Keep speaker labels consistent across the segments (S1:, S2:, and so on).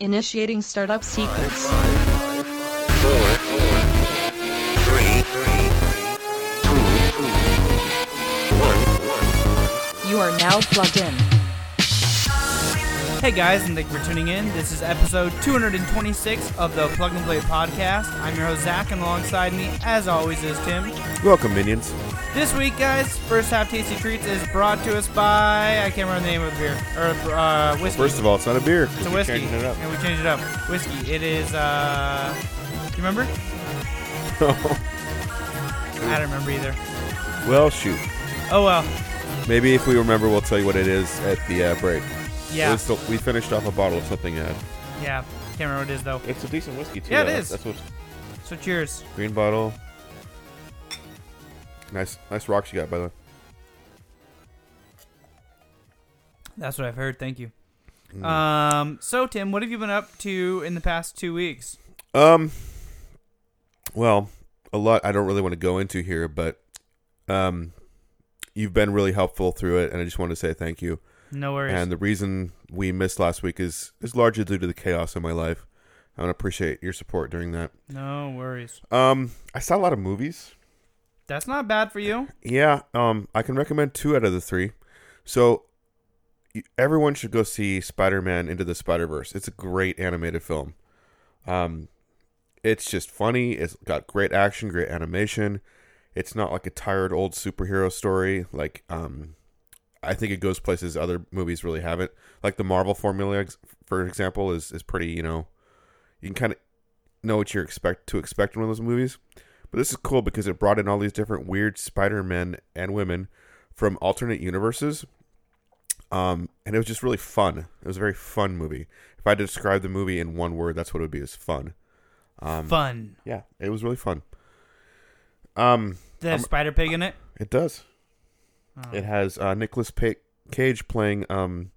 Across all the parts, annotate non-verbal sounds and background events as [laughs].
S1: Initiating startup sequence.
S2: four, three, two, one.
S1: You are now plugged in.
S3: Hey guys, and thank you for tuning in. This is episode 226 of the Plug and Play podcast. I'm your host Zach, and alongside me, as always, is Tim.
S4: Welcome, minions.
S3: This week, guys, first half tasty treats is brought to us by I can't remember the name of the beer or uh, whiskey.
S4: First of all, it's not a beer.
S3: it's a
S4: We're
S3: whiskey,
S4: changing it up.
S3: and we changed it up. Whiskey. It is. uh You remember? I don't remember either.
S4: [laughs] well, shoot.
S3: Oh well.
S4: Maybe if we remember, we'll tell you what it is at the uh, break. It
S3: Yeah.
S4: was still- we finished off a bottle of something. Uh,
S3: yeah. Can't remember what it is though.
S4: it's a decent whiskey too.
S3: Yeah, it
S4: though.
S3: is.
S4: That's what
S3: So cheers.
S4: green bottle. Nice, nice rocks you got, by the way.
S3: That's what I've heard. Thank you.
S4: Mm.
S3: Um. So Tim, what have you been up to in the past two weeks?
S4: Um, well, a lot I don't really want to go into here, but um, you've been really helpful through it, and I just want to say thank you.
S3: No worries.
S4: And the reason we missed last week is is largely due to the chaos in my life. I would appreciate your support during that.
S3: No worries.
S4: Um, I saw a lot of movies.
S3: That's not bad for you.
S4: Yeah, um, I can recommend two out of the three. So y- everyone should go see Spider-Man Into the Spider-Verse. It's a great animated film. Um, it's just funny. It's got great action, great animation. It's not like a tired old superhero story. Like, um, I think it goes places other movies really haven't. Like the Marvel formula, ex- for example, is is pretty. You know, you can kind of know what you're expect to expect in one of those movies. But this is cool because it brought in all these different weird Spider Men and women from alternate universes. Um, and it was just really fun. It was a very fun movie. If I had to describe the movie in one word, that's what it would be is fun.
S3: Fun.
S4: Yeah, it was really fun. Um,
S3: The Spider Pig in it.
S4: it does.
S3: Hmm.
S4: It has uh, Nicholas pa- Cage playing um,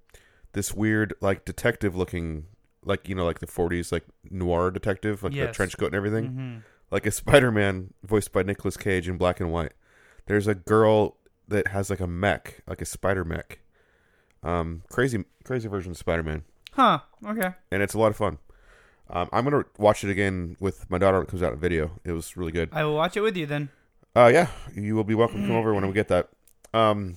S4: this weird like detective looking, like you know, like the '40s like noir detective, like the
S3: Yes.
S4: trench coat and everything,
S3: Mm-hmm.
S4: like a Spider-Man voiced by Nicholas Cage in black and white. There's a girl that has like a mech, like a spider mech, um, crazy crazy version of Spider-Man
S3: Huh. Okay.
S4: and it's a lot of fun. Um, I'm gonna watch it again with my daughter when it comes out in video. It was really good.
S3: I will watch it with you then.
S4: Uh, yeah, you will be welcome to come over when we get that. Um,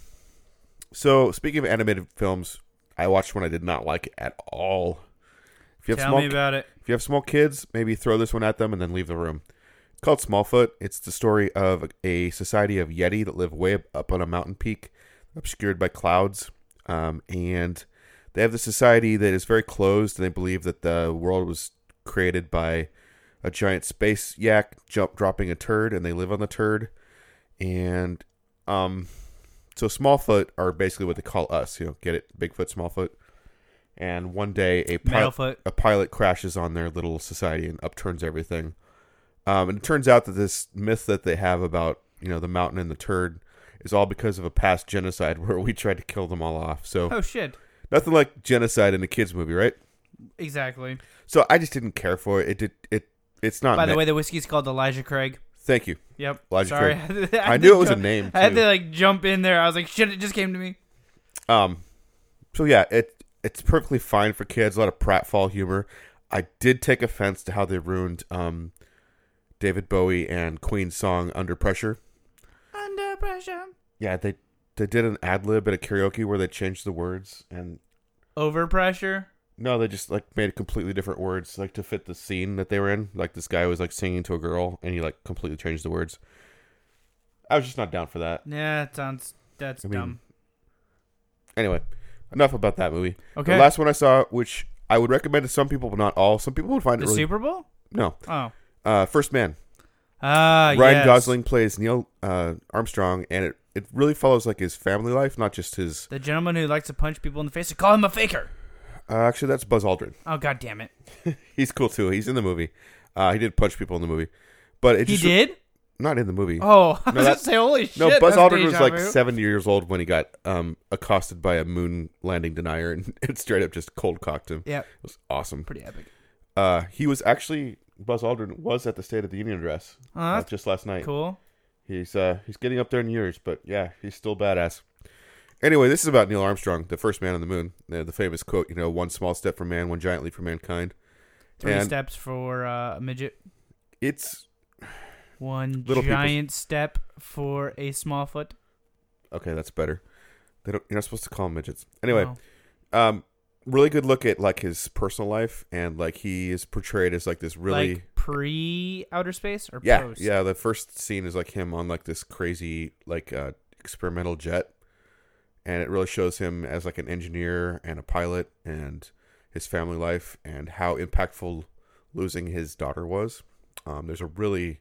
S4: so speaking of animated films, I watched one I did not like at all. If you have
S3: Tell
S4: small,
S3: me about it.
S4: if you have small kids, maybe throw this one at them and then leave the room. It's called Smallfoot. It's the story of a society of Yeti that live way up- up on a mountain peak, obscured by clouds. Um, and they have this society that is very closed, and they believe that the world was created by a giant space yak jump dropping a turd, and they live on the turd. And um, so Smallfoot are basically what they call us. You know, get it, Bigfoot, Smallfoot. And one day, a pilot,
S3: Malefoot.
S4: a pilot crashes on their little society and upturns everything. Um, and it turns out that this myth that they have about you know the mountain and the turd is all because of a past genocide [laughs] where we tried to kill them all off. So
S3: Oh shit.
S4: nothing like genocide in a kids movie, right?
S3: Exactly.
S4: So I just didn't care for it. It did it. It's not.
S3: By the
S4: meant-
S3: way, the whiskey's called Elijah Craig.
S4: thank you.
S3: Yep.
S4: Elijah
S3: Sorry. [laughs]
S4: Craig.
S3: had to-
S4: I
S3: had
S4: knew
S3: to
S4: it was a
S3: ju-
S4: name,
S3: I had
S4: too.
S3: to like jump in there. I was like, shit! It just came to me.
S4: Um, so yeah, it it's perfectly fine for kids. A lot of pratfall humor. I did take offense to how they ruined um, David Bowie and Queen's song "Under Pressure."
S3: Under pressure.
S4: Yeah, they they did an ad lib at a karaoke where they changed the words, and
S3: Over pressure.
S4: no, they just like made completely different words like to fit the scene that they were in. Like this guy was like singing to a girl, and he like completely changed the words. I was just not down for that.
S3: Yeah, that sounds. That's
S4: I mean,
S3: dumb.
S4: Anyway, enough about that movie.
S3: Okay.
S4: The last one I saw, which I would recommend to some people, but not all. Some people would find
S3: The
S4: it really
S3: Super Bowl.
S4: no.
S3: Oh.
S4: Uh, First Man.
S3: Ah.
S4: Ryan
S3: yes.
S4: Gosling plays Neil uh, Armstrong, and it it really follows like his family life, not just his.
S3: The gentleman who likes to punch people in the face. and Call him a faker.
S4: Uh, actually, that's Buzz Aldrin.
S3: Oh god damn it.
S4: He's cool too. He's in the movie. Uh, he did punch people in the movie, but it
S3: He
S4: just
S3: did.
S4: not in the movie.
S3: Oh, [laughs] I was
S4: No, that-
S3: gonna say, holy shit.
S4: no, Buzz
S3: that's
S4: Aldrin was
S3: deja
S4: like
S3: vu.
S4: seventy years old when he got um, accosted by a moon landing denier, and [laughs] it straight up just cold cocked him.
S3: Yeah,
S4: It was awesome.
S3: pretty epic.
S4: Uh, he was actually Buzz Aldrin was at the State of the Union address
S3: Oh,
S4: uh,
S3: that's
S4: just last night.
S3: cool.
S4: He's uh he's getting up there in years, but yeah, he's still badass. Anyway, this is about Neil Armstrong, the first man on the moon. Uh, The famous quote, you know, one small step for man, one giant leap for mankind.
S3: Three
S4: and
S3: steps for uh, a midget.
S4: It's
S3: One
S4: Little people.
S3: giant step for a small foot.
S4: okay, that's better. They don't, you're not supposed to call them midgets. Anyway,
S3: No.
S4: um, really good look at like his personal life and like he is portrayed as like this really
S3: like pre outer space or
S4: yeah
S3: post.
S4: yeah. The first scene is like him on like this crazy like uh, experimental jet, and it really shows him as like an engineer and a pilot and his family life and how impactful losing his daughter was. Um, there's a really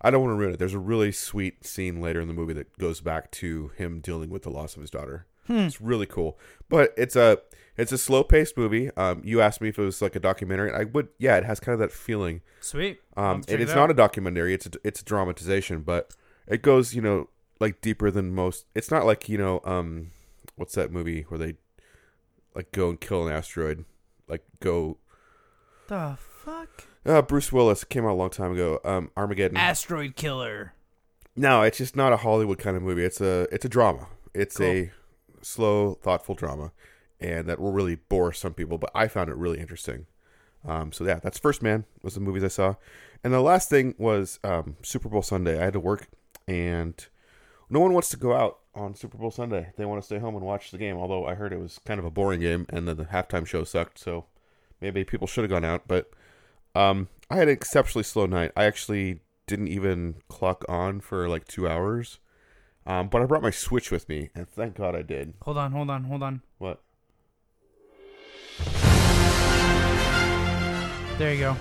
S4: I don't want to ruin it. There's a really sweet scene later in the movie that goes back to him dealing with the loss of his daughter.
S3: Hmm.
S4: It's really cool, but it's a it's a slow paced movie. Um, you asked me if it was like a documentary. I would, yeah. It has kind of that feeling.
S3: Sweet.
S4: Um, and it's not a documentary; it's a, it's a dramatization, but it goes you know like deeper than most. It's not like you know um, what's that movie where they like go and kill an asteroid, like go.
S3: the fuck
S4: Uh, Bruce Willis came out a long time ago. Um, Armageddon.
S3: asteroid killer.
S4: no, it's just not a Hollywood kind of movie. It's a it's a drama. It's
S3: Cool.
S4: a slow, thoughtful drama, and that will really bore some people. But I found it really interesting. Um, so yeah, that's First Man was the movies I saw, and the last thing was um, Super Bowl Sunday. I had to work, and no one wants to go out on Super Bowl Sunday. They want to stay home and watch the game. Although I heard it was kind of a boring game, and then the halftime show sucked. So maybe people should have gone out. But um, I had an exceptionally slow night. I actually didn't even clock on for like two hours. Um, but I brought my Switch with me, and thank God I did.
S3: Hold on, hold on, hold on.
S4: What?
S3: There you go.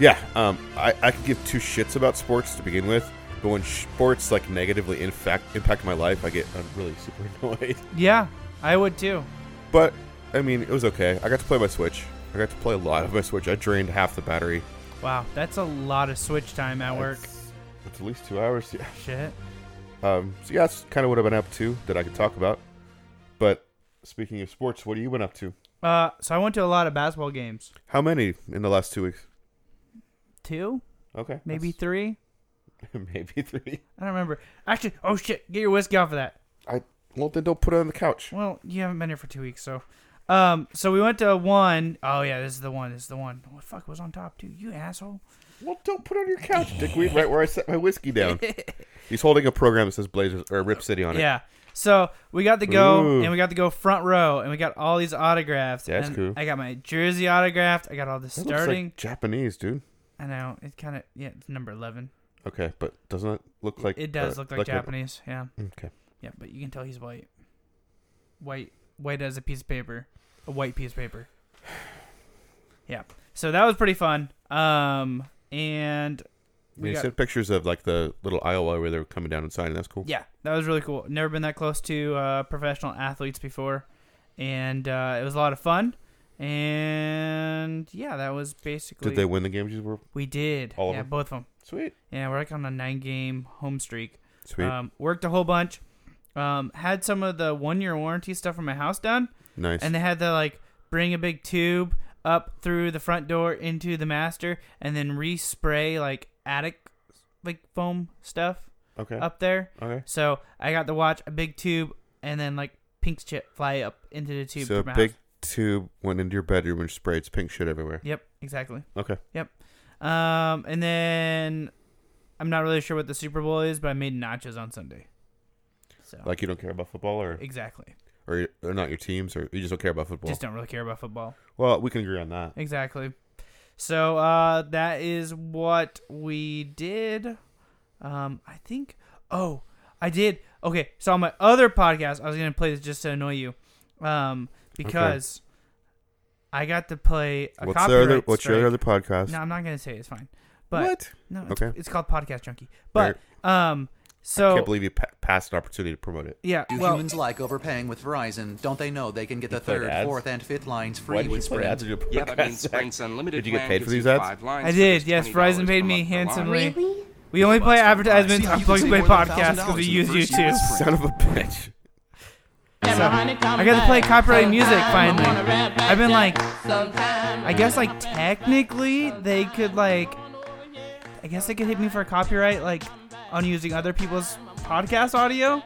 S4: Yeah, um, I, I could give two shits about sports to begin with, but when sports like negatively impact impact my life, I get I'm really [laughs] super annoyed.
S3: Yeah, I would too.
S4: But I mean, it was okay. I got to play my Switch. I got to play a lot of my Switch. I drained half the battery.
S3: Wow, that's a lot of switch time at work.
S4: It's, it's at least two hours. Yeah.
S3: Shit.
S4: Um, so yeah, that's kind of what I've been up to that I could talk about. But speaking of sports, what have you been up to?
S3: Uh, so I went to a lot of basketball games.
S4: How many in the last two weeks?
S3: Two,
S4: Okay,
S3: maybe three.
S4: that's- [laughs] maybe three.
S3: I don't remember. Actually, oh shit, get your whiskey off of that.
S4: I well then don't put it on the couch.
S3: Well, you haven't been here for two weeks, so. Um, so we went to one oh yeah, this is the one. This is the one. What the fuck was on top, dude? You asshole.
S4: Well, don't put it on your couch, dickweed, right where I set
S3: [laughs]
S4: my whiskey down. He's holding a program that says Blazers or Rip City on it.
S3: Yeah. So we got to go
S4: Ooh.
S3: and we got to go front row and we got all these autographs.
S4: That's
S3: and
S4: cool.
S3: I got my jersey autographed. I got all the
S4: That looks
S3: starting.
S4: like Japanese, dude.
S3: I know it kind of yeah it's number eleven.
S4: Okay, but doesn't it look like
S3: it does
S4: uh,
S3: look like,
S4: a-
S3: Japanese. yeah.
S4: okay,
S3: Yeah, but you can tell he's white. White, white as a piece of paper, a white piece of paper. [sighs] Yeah. So that was pretty fun. Um, and
S4: we
S3: we got,
S4: sent pictures of like the little Iowa where they were coming down and signing. That's cool.
S3: yeah, that was really cool. Never been that close to uh, professional athletes before, and uh, it was a lot of fun. And yeah, that was basically
S4: Did they win the games you were
S3: we did.
S4: All of
S3: yeah,
S4: them?
S3: both of them.
S4: sweet?
S3: Yeah, we're like on a nine-game home streak.
S4: Sweet,
S3: Um, worked a whole bunch. Um, had some of the one-year warranty stuff from my house done.
S4: nice.
S3: and they had to like bring a big tube up through the front door into the master and then respray like attic like foam stuff
S4: okay,
S3: up there
S4: okay.
S3: so i got to watch a big tube and then like pink shit fly up into the tube
S4: So a
S3: from my
S4: big
S3: house.
S4: tube went into your bedroom and sprayed its pink shit everywhere.
S3: yep exactly
S4: Okay,
S3: um and then i'm not really sure what the super bowl is but i made nachos on sunday so
S4: like you don't care about football or
S3: exactly
S4: or, or not your teams or you just don't care about football.
S3: just don't really care about football
S4: well, we can agree on that.
S3: Exactly. So uh, that is what we did. Um, I think. Oh, I did. Okay, so on my other podcast, I was gonna play this just to annoy you, um, because I got to play a
S4: What's
S3: copyright
S4: their other? What's
S3: strike.
S4: your other podcast?
S3: No, I'm not gonna say it, it's fine. But
S4: what?
S3: no, it's,
S4: Okay.
S3: it's called Podcast Junkie. But um,
S4: I
S3: so
S4: can't believe you pa- passed an opportunity to promote it.
S3: yeah,
S5: Do
S3: well,
S5: humans like overpaying with Verizon? Don't they know they can get the
S4: played
S5: third,
S4: ads?
S5: fourth, and fifth lines free with Sprint?
S4: your podcast?
S2: Yeah, but
S4: [laughs]
S2: I mean, Sprint's unlimited
S4: Did you get
S2: plan
S4: paid for
S2: gives
S4: these
S2: you
S4: ads?
S2: five lines
S3: I
S2: for
S3: did.
S2: just
S3: Yes,
S2: $20
S3: Verizon
S2: per
S3: paid
S2: month
S3: me
S2: per line.
S3: handsomely. We only play advertisements on
S5: See, you
S3: Plug
S5: can
S3: and
S5: save
S3: Play
S5: more than
S3: podcast because
S5: $1,000
S3: we
S5: in
S3: use
S5: the first year
S3: YouTube.
S5: of
S4: Son of a bitch.
S3: I got to play copyrighted music finally. I've been like, I guess like technically they could like, I guess they could hit me for copyright like on using other people's podcast audio,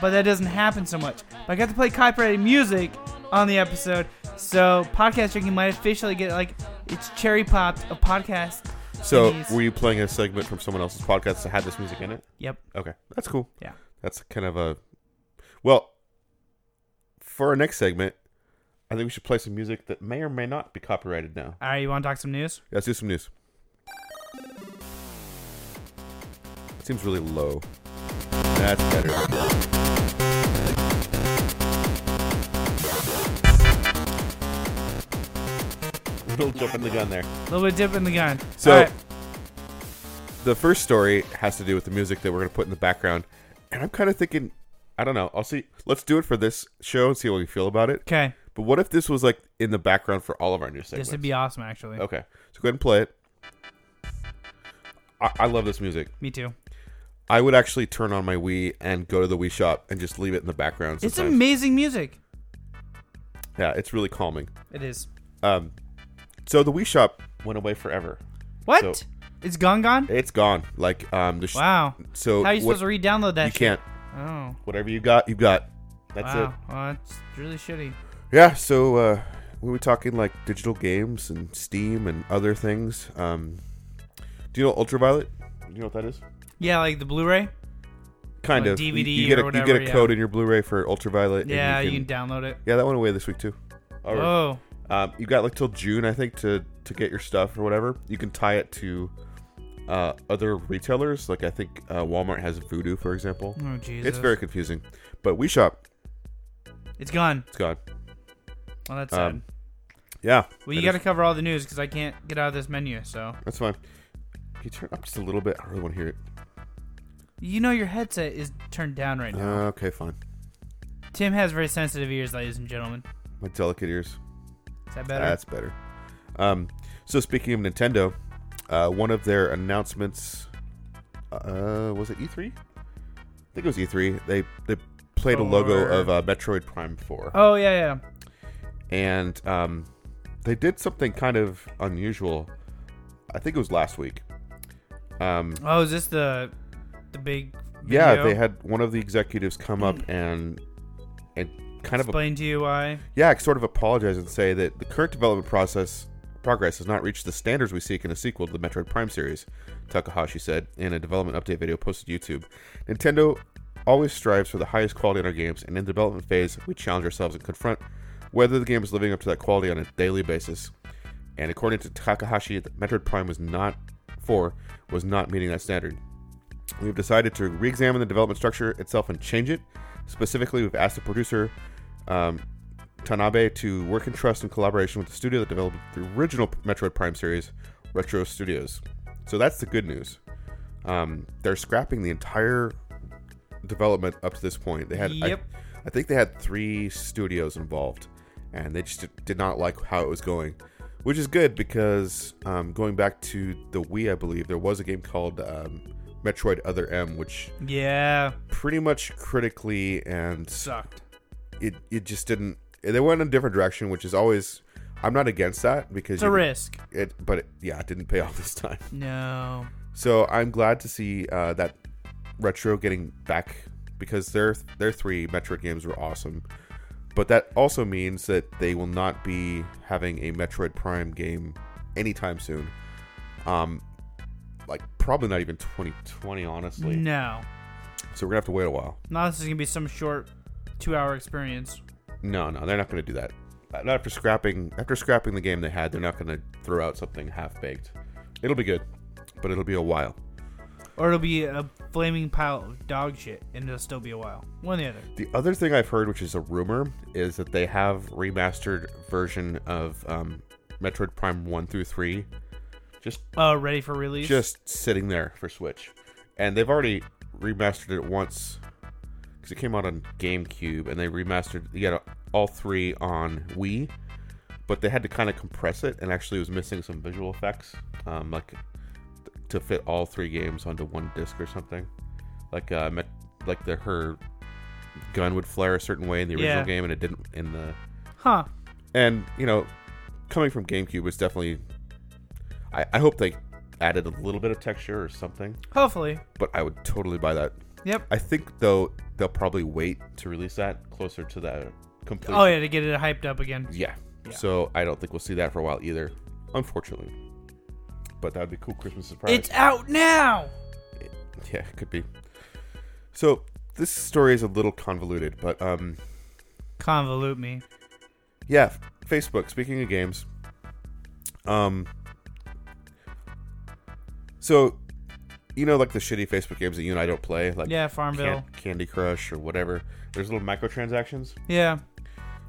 S3: but that doesn't happen so much. But I got to play copyrighted music on the episode, so podcast drinking might officially get like it's cherry popped a podcast.
S4: So,
S3: thingies.
S4: were you playing a segment from someone else's podcast that had this music in it?
S3: Yep.
S4: Okay, that's cool.
S3: Yeah.
S4: That's kind of a well. For our next segment, I think we should play some music that may or may not be copyrighted now.
S3: All right, you want to talk some news?
S4: Let's do some news. It seems really low. That's better. Little jump in the gun there.
S3: A little bit dip in the gun.
S4: So-
S3: All right.
S4: The first story has to do with the music that we're going to put in the background, and I'm kind of thinking, I don't know. I'll see. Let's do it for this show and see what we feel about it.
S3: okay,
S4: But what if this was like in the background for all of our new segments?
S3: this would be awesome actually.
S4: okay. So go ahead and play it. I, I love this music.
S3: Me too.
S4: I would actually turn on my Wii and go to the Wii shop and just leave it in the background.
S3: It's
S4: sometimes.
S3: amazing music.
S4: Yeah, it's really calming.
S3: It is.
S4: Um, so the Wii shop went away forever.
S3: What?
S4: So-
S3: it's gone gone.
S4: It's gone. Like um, the sh-
S3: Wow.
S4: So
S3: How are you
S4: what-
S3: supposed to re-download that?
S4: You
S3: shit?
S4: can't.
S3: Oh.
S4: Whatever you got, you got. That's
S3: wow.
S4: it.
S3: Well, that's really shitty.
S4: Yeah. So uh, we were talking like digital games and Steam and other things. Um, do you know Ultraviolet? Do you know what that is?
S3: Yeah, like the Blu-ray.
S4: Kind
S3: Like
S4: of. You-
S3: DVD
S4: you, get
S3: or
S4: a,
S3: whatever,
S4: You get a
S3: yeah.
S4: code in your Blu-ray for Ultraviolet.
S3: Yeah,
S4: and
S3: you can download it.
S4: yeah, that went away this week too. All right.
S3: Oh,
S4: Um, you got like till June, I think, to to get your stuff or whatever. You can tie it to uh, other retailers. Like I think uh, Walmart has Voodoo, for example.
S3: oh Jesus!
S4: It's very confusing, but we shop.
S3: It's gone.
S4: It's gone.
S3: Well, that's sad.
S4: Um, Yeah.
S3: well, you
S4: that
S3: got to
S4: is-
S3: cover all the news because I can't get out of this menu. So
S4: That's fine. Can you turn up just a little bit? I really want to hear it.
S3: you know your headset is turned down right now.
S4: Uh, okay, fine. Uh-huh.
S3: Tim has very sensitive ears, ladies and gentlemen.
S4: My delicate ears.
S3: Is that better?
S4: That's better. Um, so speaking of Nintendo, uh, one of their announcements uh, was it E3? I think it was E3. They they played a logo
S3: Or-
S4: of uh, Metroid Prime Four,
S3: oh yeah, yeah.
S4: and um, they did something kind of unusual. I think it was last week. Um,
S3: Oh, is this the the big?
S4: yeah,
S3: video? Mm.
S4: they had one of the executives come up and and kind of a
S3: Explain to you why.
S4: yeah, sort of apologize and say that the current development process progress has not reached the standards we seek in a sequel to the Metroid Prime series, Takahashi said in a development update video posted to YouTube. Nintendo always strives for the highest quality in our games, and in the development phase, we challenge ourselves and confront whether the game is living up to that quality on a daily basis. And according to Takahashi, Metroid Prime was not 4 was not meeting that standard. We've decided to re examine the development structure itself and change it. Specifically, we've asked the producer um, Tanabe to work in trust and collaboration with the studio that developed the original Metroid Prime series, Retro Studios. So that's the good news. Um, they're scrapping the entire development up to this point. They had, I-
S3: Yep.
S4: I, think they had three studios involved, and they just did- did not like how it was going, which is good because um, going back to the Wii, I believe there was a game called um, Metroid Other M, which
S3: Yeah,
S4: pretty much critically and
S3: sucked.
S4: it it just didn't. They went in a different direction, which is always. I'm not against that because
S3: It's a
S4: you-
S3: risk.
S4: It, but it, yeah, it didn't pay off this time.
S3: No.
S4: So I'm glad to see uh, that retro getting back because their their three Metroid games were awesome. But that also means that they will not be having a Metroid Prime game anytime soon. Um, like probably not even 2020, honestly.
S3: No.
S4: So we're gonna have to wait a while.
S3: Now this is gonna be some short two-hour experience.
S4: No, no, they're not going to do that. Not after scrapping, after scrapping the game they had, they're not going to throw out something half baked. It'll be good, but it'll be a while.
S3: Or it'll be a flaming pile of dog shit, and it'll still be a while. One or the other.
S4: The other thing I've heard, which is a rumor, is that they have remastered version of um, Metroid Prime One through Three, just
S3: Uh, ready for release.
S4: just sitting there for Switch, and they've already remastered it once because it came out on GameCube, and they remastered you got all three on Wii, but they had to kind of compress it, and actually was missing some visual effects, um, like th- to fit all three games onto one disc or something, like uh, met- like the her gun would flare a certain way in the original
S3: Yeah.
S4: game, and it didn't in the
S3: huh?
S4: and you know, coming from GameCube it's definitely. I, I hope they added a little bit of texture or something,
S3: Hopefully.
S4: but I would totally buy that.
S3: Yep.
S4: I think though they'll probably wait to release that closer to that complete.
S3: Oh yeah, to get it hyped up again.
S4: Yeah. So I don't think we'll see that for a while either, unfortunately. But that'd be a cool Christmas surprise.
S3: It's out now.
S4: [laughs] Yeah, it could be. So this story is a little convoluted, but um,
S3: Convolute me.
S4: yeah, Facebook. Speaking of games, um, so you know, like the shitty Facebook games that you and I don't play, like
S3: Yeah, Farmville.
S4: Can- Candy Crush or whatever. There's little microtransactions.
S3: Yeah.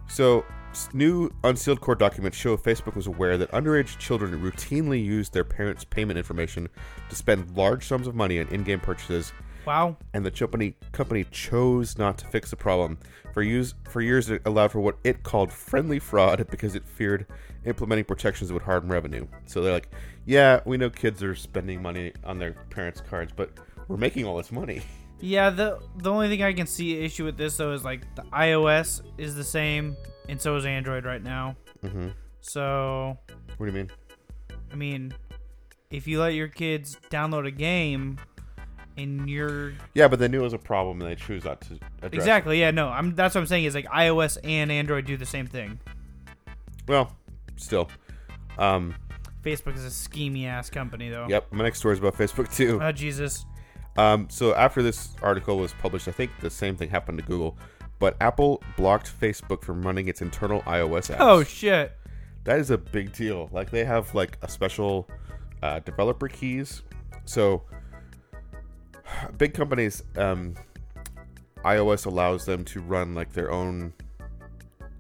S4: So, s- new unsealed court documents show Facebook was aware that underage children routinely use their parents' payment information to spend large sums of money on in-game purchases,
S3: Wow.
S4: and the company company chose not to fix the problem. For use for years, it allowed for what it called friendly fraud [laughs] because it feared implementing protections would harm revenue. So they're like, "Yeah, we know kids are spending money on their parents' cards, but we're making all this money." [laughs]
S3: Yeah, the the only thing I can see issue with this though is like the iOS is the same and so is Android right now.
S4: Mm-hmm.
S3: So
S4: What do you mean?
S3: I mean, if you let your kids download a game and you're
S4: Yeah, but they knew it was a problem and they choose not to address. it.
S3: exactly yeah no I'm that's what I'm saying is like iOS and Android do the same thing.
S4: Well, still. Um,
S3: Facebook is a schemy ass company though.
S4: yep. My next story is about Facebook too.
S3: Oh Jesus.
S4: Um, so after this article was published, I think the same thing happened to Google, but Apple blocked Facebook from running its internal iOS apps.
S3: Oh shit.
S4: that is a big deal. Like they have like a special uh, developer keys. So big companies, um, iOS allows them to run like their own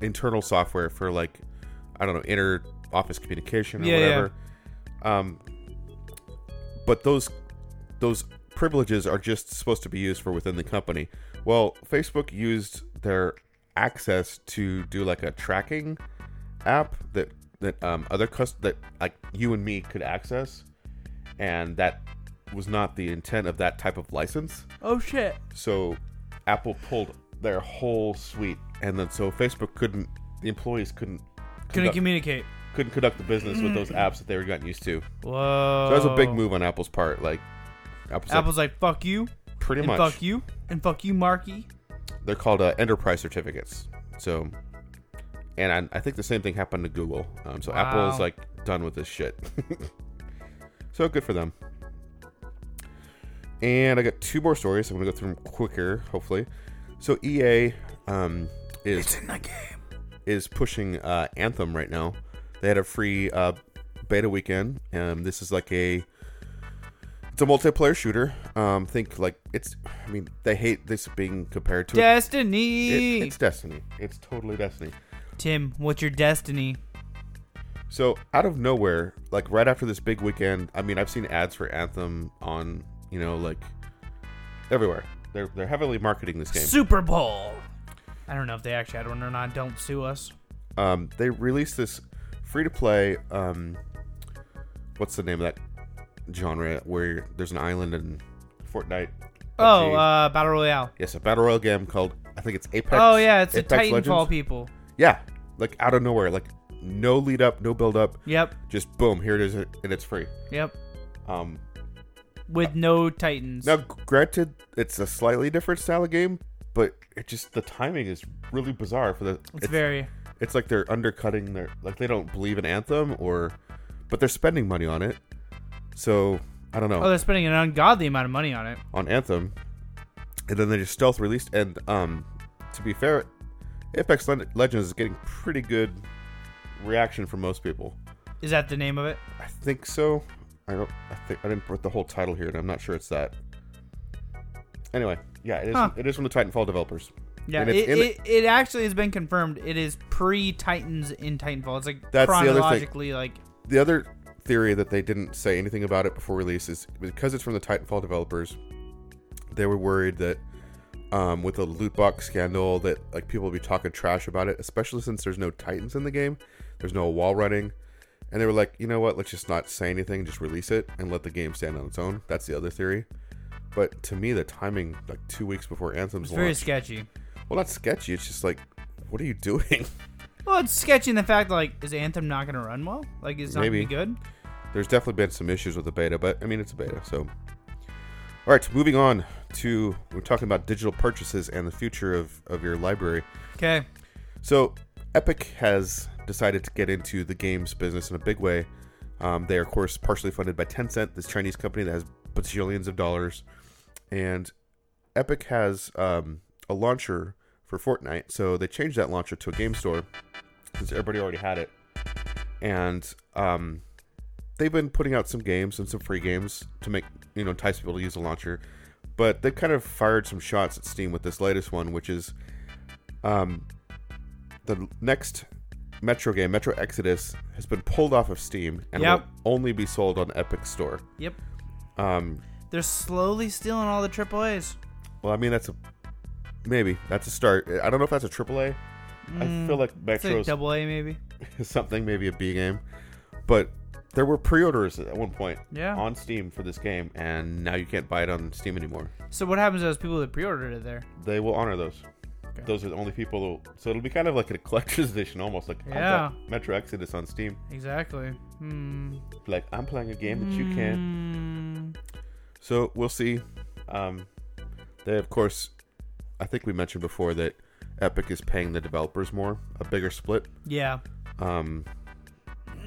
S4: internal software for like I don't know inter office communication or
S3: Yeah, yeah.
S4: whatever. Um, but those those privileges are just supposed to be used for within the company. Well, Facebook used their access to do like a tracking app that that um, other cust- that like you and me could access, and that was not the intent of that type of license.
S3: Oh shit.
S4: So Apple pulled their whole suite, and then so Facebook couldn't, the employees couldn't
S3: Couldn't
S4: conduct,
S3: communicate.
S4: couldn't conduct the business with those apps that they were gotten used to.
S3: Whoa.
S4: So that was a big move on Apple's part. Like Apple's, like,
S3: Oh. Apple's like fuck you
S4: pretty
S3: and
S4: much
S3: fuck you and fuck you Marky.
S4: they're called uh, enterprise certificates. So, and I, I think the same thing happened to Google. Um, so Apple
S3: Wow.
S4: is like done with this shit. [laughs] so good for them. And I got two more stories. I'm gonna go through them quicker, hopefully. So EA um, is is pushing uh, Anthem right now. They had a free uh, beta weekend, and this is like a it's a multiplayer shooter. Um, think like it's. I mean, they hate this being compared to
S3: Destiny.
S4: it, it's Destiny. It's totally Destiny.
S3: Tim, what's your destiny?
S4: So out of nowhere, like right after this big weekend, I mean, I've seen ads for Anthem on, you know, like everywhere. They're they're heavily marketing this game.
S3: Super Bowl. I don't know if they actually had one or not. Don't sue us.
S4: Um, they released this free to play. Um, what's the name of that genre where there's an island in Fortnite?
S3: Oh,
S4: PUBG?
S3: uh, Battle Royale.
S4: yes, a battle royale game called I think it's Apex.
S3: Oh yeah, it's the
S4: Apex
S3: Titanfall
S4: Legends.
S3: people.
S4: Yeah, like out of nowhere, like no lead up, no build up,
S3: Yep,
S4: just boom, here it is, and it's free.
S3: yep.
S4: Um,
S3: With no Titans.
S4: now, granted, it's a slightly different style of game, but it just the timing is really bizarre for the.
S3: it's, very.
S4: It's like they're undercutting their like they don't believe in Anthem or, but they're spending money on it. So I don't know
S3: Oh, they're spending an ungodly amount of money on it.
S4: on Anthem, and then they just stealth released. And um, to be fair, Apex Leg- Legends is getting pretty good reaction from most people.
S3: Is that the name of it?
S4: I think so. I don't. I think I didn't put the whole title here, and I'm not sure it's that. Anyway, yeah, it is.
S3: Huh.
S4: It is from the Titanfall developers.
S3: Yeah,
S4: And
S3: it,
S4: it's in-
S3: it, it actually has been confirmed. It is pre Titans in Titanfall. It's like
S4: That's the other thing.
S3: chronologically like
S4: The other theory that they didn't say anything about it before release is because it's from the Titanfall developers. They were worried that um, with the loot box scandal, that like people would be talking trash about it, especially since there's no Titans in the game. There's no wall running. And they were like, you know what? Let's just not say anything, just release it and let the game stand on its own. That's the other theory. But to me, the timing, like two weeks before Anthem's
S3: it's very
S4: launch,
S3: sketchy.
S4: well, not sketchy. It's just like, what are you [laughs] doing?
S3: Well, it's sketchy in the fact that like is Anthem not gonna run well? Like it's not
S4: Maybe.
S3: gonna be good.
S4: There's definitely been some issues with the beta, but I mean, it's a beta, so. All right, moving on to we're talking about digital purchases and the future of, of your library.
S3: Okay.
S4: So, Epic has decided to get into the games business in a big way. Um, they are, of course, partially funded by Tencent, this Chinese company that has bajillions of dollars. And Epic has um, a launcher for Fortnite, so they changed that launcher to a game store since everybody already had it. And um, they've been putting out some games and some free games to make you know entice people to use the launcher. But they've kind of fired some shots at Steam with this latest one, which is um, the next Metro game, Metro Exodus, has been pulled off of Steam and
S3: Yep.
S4: will only be sold on Epic Store.
S3: Yep.
S4: Um,
S3: They're slowly stealing all the AAAs.
S4: well, I mean that's a maybe that's a start. I don't know if that's a AAA. I
S3: Mm,
S4: feel like
S3: It's like
S4: Metro's
S3: double A maybe.
S4: something, maybe a B game, but there were pre-orders at one point
S3: Yeah.
S4: on Steam for this game, and now you can't buy it on Steam anymore.
S3: So what happens to those people that pre-ordered it there?
S4: They will honor those. Those are the only people. That, so it'll be kind of like a [laughs] collector's edition, almost like I got
S3: Yeah.
S4: Metro Exodus on Steam.
S3: Exactly. Hmm.
S4: Like I'm playing a game that you
S3: Mm.
S4: can't. So we'll see. Um, they of course, I think we mentioned before that Epic is paying the developers more, a bigger split
S3: Yeah.
S4: um,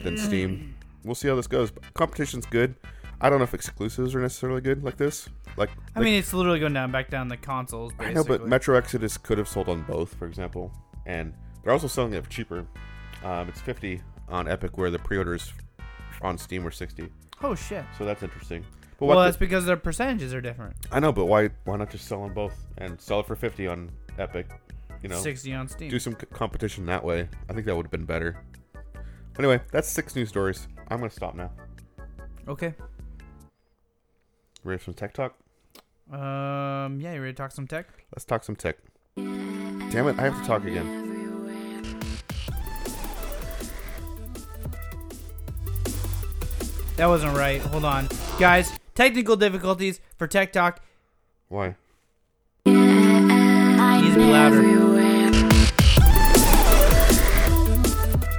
S4: than
S3: Mm.
S4: Steam. We'll see how this goes. But Competition's good. I don't know if exclusives are necessarily good like this. Like,
S3: I mean, it's literally going down back down the consoles. Basically.
S4: I know, but Metro Exodus could have sold on both, for example, and they're also selling it cheaper. Um, it's fifty on Epic, where the pre-orders on Steam were sixty.
S3: oh shit.
S4: So that's interesting. But
S3: Well,
S4: what
S3: that's
S4: the-
S3: because their percentages are different.
S4: I know, but why why not just sell on both and sell it for fifty on Epic? You know,
S3: Sixty on Steam.
S4: do some c- competition that way. I think that would have been better. Anyway, that's six news stories. I'm gonna stop now.
S3: Okay.
S4: We have some tech talk.
S3: Um. Yeah. You ready to talk some tech?
S4: Let's talk some tech. Damn it, I have to talk again.
S3: That wasn't right. Hold on, guys. Technical difficulties for Tech Talk.
S4: Why?
S3: He's louder.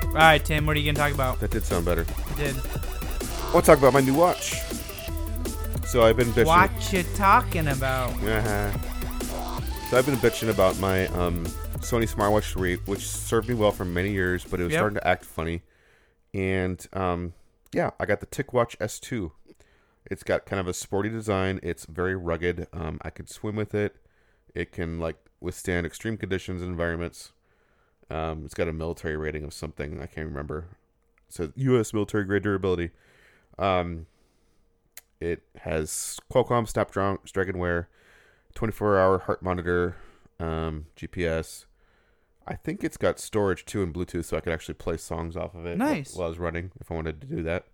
S3: All right, Tim. What are you gonna talk about?
S4: That did sound better.
S3: I did
S4: I want to talk about my new watch. So I've been bitching.
S3: what you talking about?
S4: Uh-huh. So I've been bitching about my um, Sony Smartwatch 3, which served me well for many years, but it was
S3: Yep.
S4: starting to act funny. And um, yeah, I got the TickWatch S2. It's got kind of a sporty design. It's very rugged. Um, I could swim with it. It can like withstand extreme conditions and environments. Um, it's got a military rating of something I can't remember. So U.S. military grade durability. Um, it has Qualcomm Snapdragon Wear, 24 hour heart monitor, um, GPS. I think it's got storage too and Bluetooth, so I could actually play songs off of it wh-
S3: Nice.
S4: while I was running if I wanted to do that.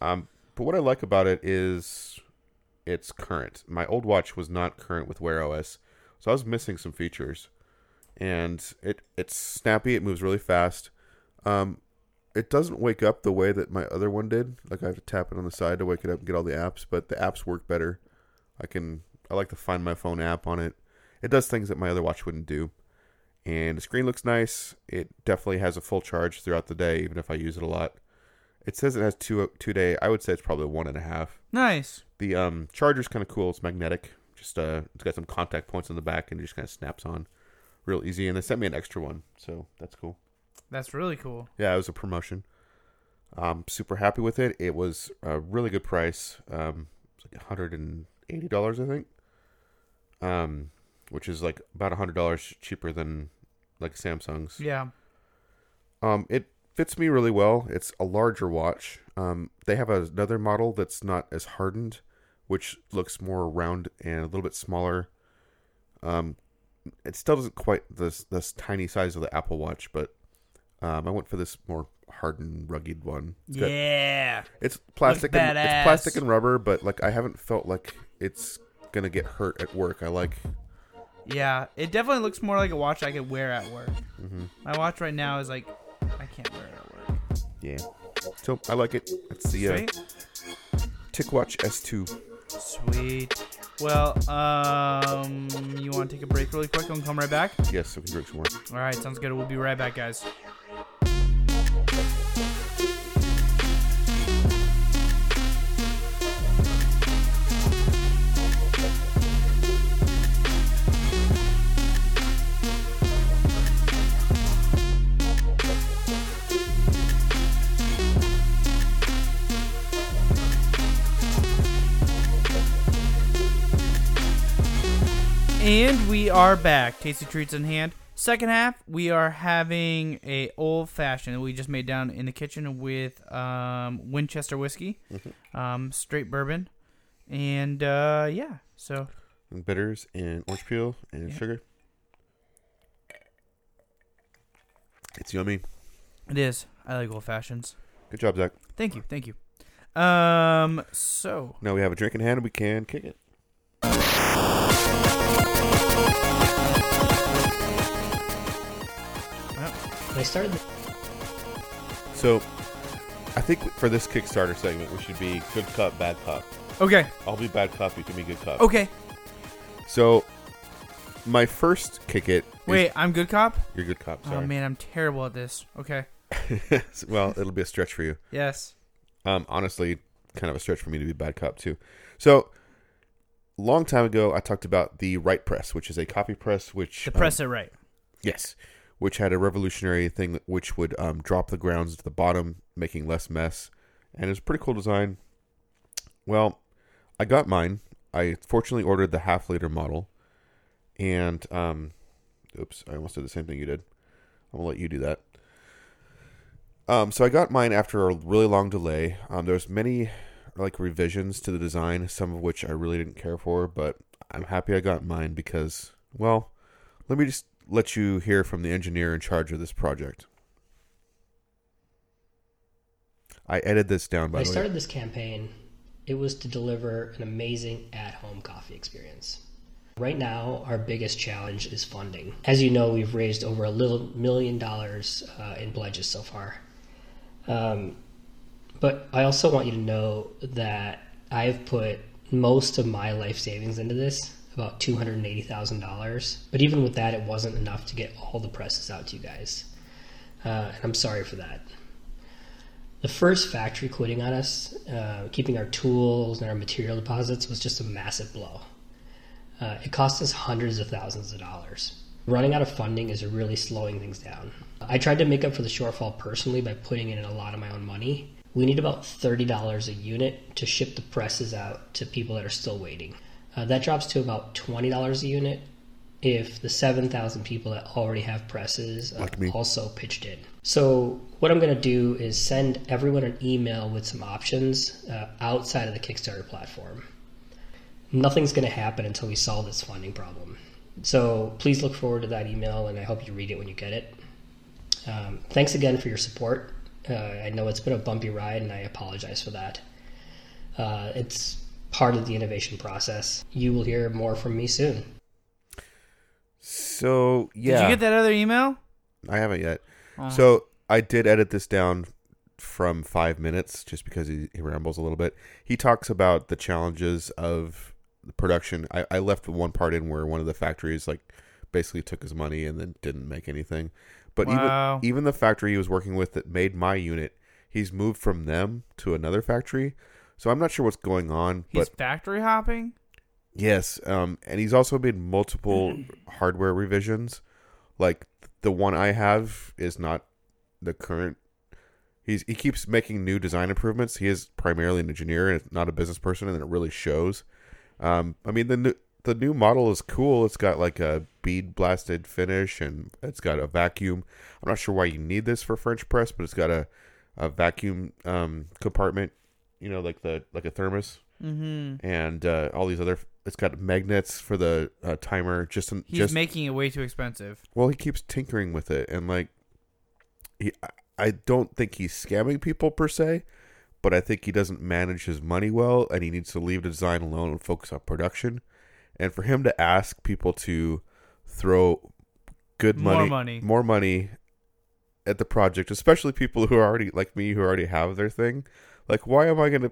S4: Um, but what I like about it is it's current. My old watch was not current with Wear OS, so I was missing some features. And it it's snappy. It moves really fast. Um, it doesn't wake up the way that my other one did. Like I have to tap it on the side to wake it up and get all the apps, but the apps work better. I can I like to find my phone app on it. It does things that my other watch wouldn't do. And the screen looks nice. It definitely has a full charge throughout the day, even if I use it a lot. It says it has two two day. I would say it's probably one and a half.
S3: Nice.
S4: The um, charger's kind of cool. It's magnetic. Just uh, it's got some contact points on the back, and it just kind of snaps on, real easy. And they sent me an extra one, so that's cool.
S3: That's really cool.
S4: Yeah, it was a promotion. I'm super happy with it. It was a really good price. Um, it's like hundred and eighty dollars, I think. Um, which is like about hundred dollars cheaper than like Samsung's.
S3: Yeah.
S4: Um, it fits me really well. It's a larger watch. Um, they have another model that's not as hardened, which looks more round and a little bit smaller. Um, it still doesn't quite this this tiny size of the Apple Watch, but um, I went for this more hardened, rugged one. It's got-
S3: Yeah.
S4: it's plastic.
S3: Looks
S4: And,
S3: badass.
S4: it's plastic and rubber, but like I haven't felt like it's gonna get hurt at work. I like
S3: Yeah, it definitely looks more like a watch I could wear at work. My watch right now is like, I can't wear it at work.
S4: yeah. So I like it. It's the uh,
S3: Sweet.
S4: TickWatch S2.
S3: Sweet. Well, um, you want to take a break really quick and come right back?
S4: Yes, so we can drink some more.
S3: All right, sounds good. We'll be right back, guys. And we are back. Tasty treats in hand. Second half, we are having a old fashioned that we just made down in the kitchen with um, Winchester whiskey,
S4: Mm-hmm.
S3: um, straight bourbon, and uh, yeah. So
S4: And bitters and orange peel and sugar. It's yummy.
S3: it is. I like old fashions.
S4: Good job, Zach.
S3: Thank you, thank you. Um, so
S4: Now we have a drink in hand and we can kick it.
S6: They started the
S4: So I think for this Kickstarter segment, we should be good cup, bad cup.
S3: okay,
S4: I'll be bad cup, you can be good cup.
S3: okay.
S4: So my first kick it. is-
S3: Wait, I'm good cop.
S4: You're good cop, sorry.
S3: Oh man, I'm terrible at this. Okay.
S4: [laughs] well, it'll be a stretch for you.
S3: Yes.
S4: Um, honestly, kind of a stretch for me to be bad cop too. So, long time ago, I talked about the right press, which is a copy press, which
S3: The
S4: um,
S3: press it right.
S4: yes, which had a revolutionary thing which would um, drop the grounds to the bottom, making less mess, and it was a pretty cool design. Well, I got mine. I fortunately ordered the half liter model, and um, oops, I almost did the same thing you did. I'm gonna let you do that. Um, so I got mine after a really long delay. Um, there's many like revisions to the design, some of which I really didn't care for, but I'm happy I got mine because, well, let me just let you hear from the engineer in charge of this project. I edited this down by
S6: They
S4: the way.
S6: started this campaign. It was to deliver an amazing at-home coffee experience. Right now, our biggest challenge is funding. As you know, we've raised over a little million dollars uh, in pledges so far. Um, but I also want you to know that I've put most of my life savings into this, about two hundred eighty thousand dollars. But even with that, it wasn't enough to get all the presses out to you guys, uh, and I'm sorry for that the first factory quitting on us, uh, keeping our tools and our material deposits, was just a massive blow. Uh, it cost us hundreds of thousands of dollars. Running out of funding is really slowing things down. I tried to make up for the shortfall personally by putting in a lot of my own money. We need about $30 a unit to ship the presses out to people that are still waiting. Uh, that drops to about $20 a unit if the 7,000 people that already have presses uh,
S4: Like me.
S6: also pitched in. So, what I'm going to do is send everyone an email with some options uh, outside of the Kickstarter platform nothing's going to happen until we solve this funding problem. So please look forward to that email, and I hope you read it when you get it. Um, thanks again for your support. Uh, I know it's been a bumpy ride, and I apologize for that. Uh, it's part of the innovation process. You will hear more from me soon.
S4: So yeah,
S3: Did you get Uh. that other email?
S4: I haven't yet. So I did edit this down from five minutes just because he, he rambles a little bit. He talks about the challenges of the production. I, I left the one part in where one of the factories like basically took his money and then didn't make anything. But
S3: Wow.
S4: even even the factory he was working with that made my unit, he's moved from them to another factory. So I'm not sure what's going on,
S3: He's
S4: but
S3: factory hopping.
S4: Yes, um, and he's also made multiple hardware revisions. Like the one I have is not the current. He's he keeps making new design improvements. He is primarily an engineer and not a business person, and it really shows. Um, I mean the new, the new model is cool. It's got like a bead blasted finish, and it's got a vacuum. I'm not sure why you need this for French press, but it's got a a vacuum um, compartment. You know, like the like a thermos
S3: Mm-hmm.
S4: and uh, all these other. It's got magnets for the uh, timer. Just in,
S3: He's
S4: just
S3: making it way too expensive.
S4: well, he keeps tinkering with it, and like, he I- I don't think he's scamming people per se, but I think he doesn't manage his money well, and he needs to leave the design alone and focus on production. And for him to ask people to throw good
S3: More
S4: money,
S3: money.
S4: more money at the project, especially people who are already like me who already have their thing, like why am I gonna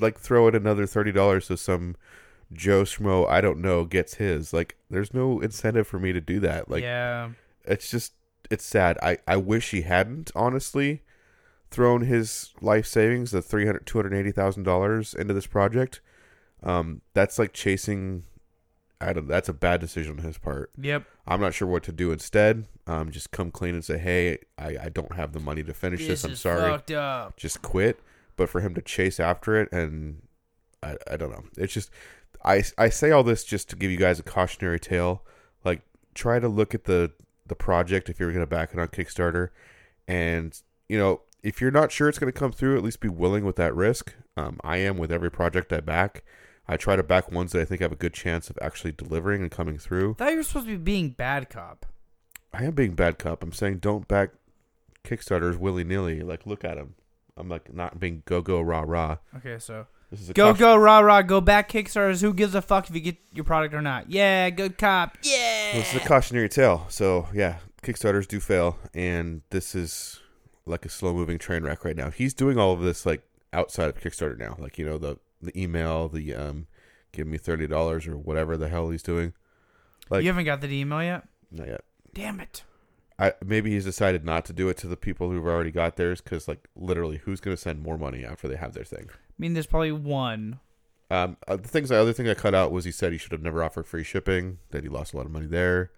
S4: like throw in another thirty dollars so some Joe Schmo I don't know gets his? Like, there's no incentive for me to do that. Like,
S3: yeah,
S4: it's just it's sad. I I wish he hadn't honestly thrown his life savings, the three hundred two hundred eighty thousand dollars into this project. Um, that's like chasing. I don't. That's a bad decision on his part.
S3: yep.
S4: I'm not sure what to do instead. Um, just come clean and say, "Hey, I, I don't have the money to finish this. I'm
S3: is
S4: sorry."
S3: fucked up.
S4: Just quit. But for him to chase after it and I, I don't know. It's just I I say all this just to give you guys a cautionary tale. Like try to look at the the project if you're going to back it on Kickstarter, and you know if you're not sure it's going to come through, at least be willing with that risk. Um, I am with every project I back. I try to back ones that I think have a good chance of actually delivering and coming through.
S3: thought you were supposed to be being bad cop.
S4: I am being bad cop. I'm saying don't back Kickstarters willy nilly. Like look at them. I'm like not being go go rah rah.
S3: Okay, so
S4: This is a
S3: go
S4: caution-
S3: go rah rah go back Kickstarters. Who gives a fuck if you get your product or not? Yeah, good cop.
S4: Well,
S3: Yeah.
S4: this is a cautionary tale. So yeah, Kickstarters do fail, and this is like a slow moving train wreck right now. He's doing all of this like outside of Kickstarter now, like you know the the email, the um, give me thirty dollars or whatever the hell he's doing. Like
S3: you haven't got the email yet.
S4: not yet.
S3: Damn it.
S4: I maybe he's decided not to do it to the people who've already got theirs because like literally, who's going to send more money after they have their thing?
S3: I mean, there's probably one.
S4: Um, uh, the things the other thing I cut out was he said he should have never offered free shipping. That he lost a lot of money there.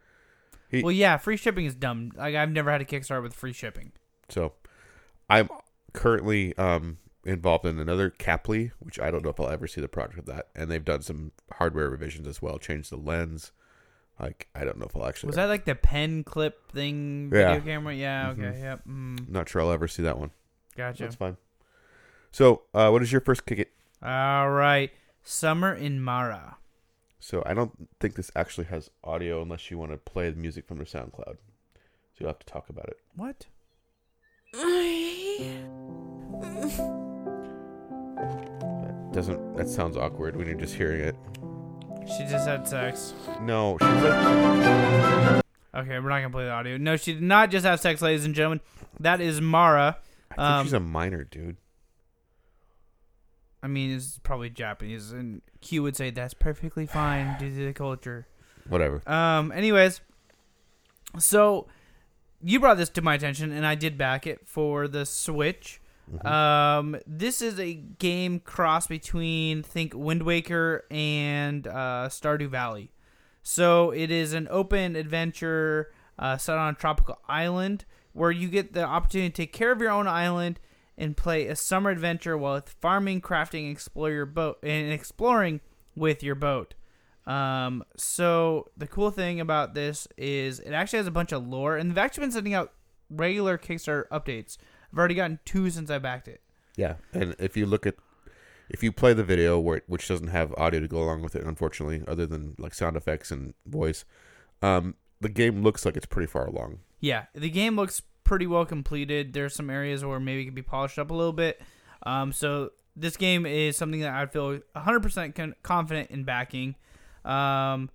S4: He-
S3: Well, yeah, free shipping is dumb. Like I've never had a Kickstarter with free shipping.
S4: So I'm currently um, involved in another Caply, which I don't know if I'll ever see the product of that. And they've done some hardware revisions as well, changed the lens. Like I don't know if I'll actually.
S3: Was that like the pen clip thing
S4: Yeah. Mm-hmm.
S3: video camera? Yeah, okay, yep. Mm,
S4: Not sure I'll ever see that one.
S3: gotcha.
S4: That's fine. So uh, what is your first kick? It.
S3: All right. Summer in Mara.
S4: So I don't think this actually has audio unless you want to play the music from their SoundCloud. So you'll have to talk about it.
S3: What?
S4: That doesn't. That sounds awkward when you're just hearing it.
S3: She just had sex.
S4: No, she's like,
S3: Okay, we're not gonna play the audio. No, she did not just have sex, ladies and gentlemen. That is Mara.
S4: I think
S3: Um,
S4: she's a minor, dude.
S3: I mean, it's probably Japanese, and Q would say that's perfectly fine due to the culture.
S4: Whatever.
S3: Um. Anyways, so you brought this to my attention, and I did back it for the Switch. Um. This is a game cross between think Wind Waker and uh, Stardew Valley. So it is an open adventure uh, set on a tropical island where you get the opportunity to take care of your own island and play a summer adventure while it's farming, crafting, explore your boat, and exploring with your boat. Um, so the cool thing about this is it actually has a bunch of lore, and they've actually been sending out regular Kickstarter updates. I've already gotten two since I backed it.
S4: Yeah, and if you look at if you play the video where which doesn't have audio to go along with it, unfortunately, other than like sound effects and voice, um, the game looks like it's pretty far along.
S3: Yeah, the game looks pretty well completed. There's some areas where maybe it could be polished up a little bit. Um, so this game is something that I feel 100% con- confident in backing. Um,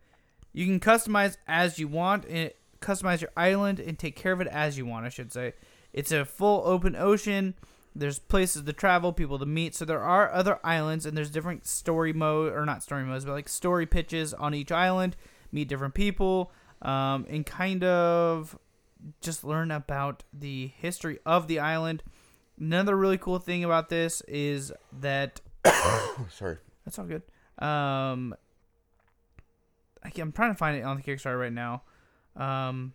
S3: you can customize as you want, and customize your island and take care of it as you want. I should say, it's a full open ocean. There's places to travel, people to meet. So there are other islands, and there's different story mode or not story modes, but like story pitches on each island. Meet different people, um, and kind of just learn about the history of the island. Another really cool thing about this is that
S4: Oh, Sorry.
S3: that's all good. Um, I can, I'm trying to find it on the Kickstarter right now. Um,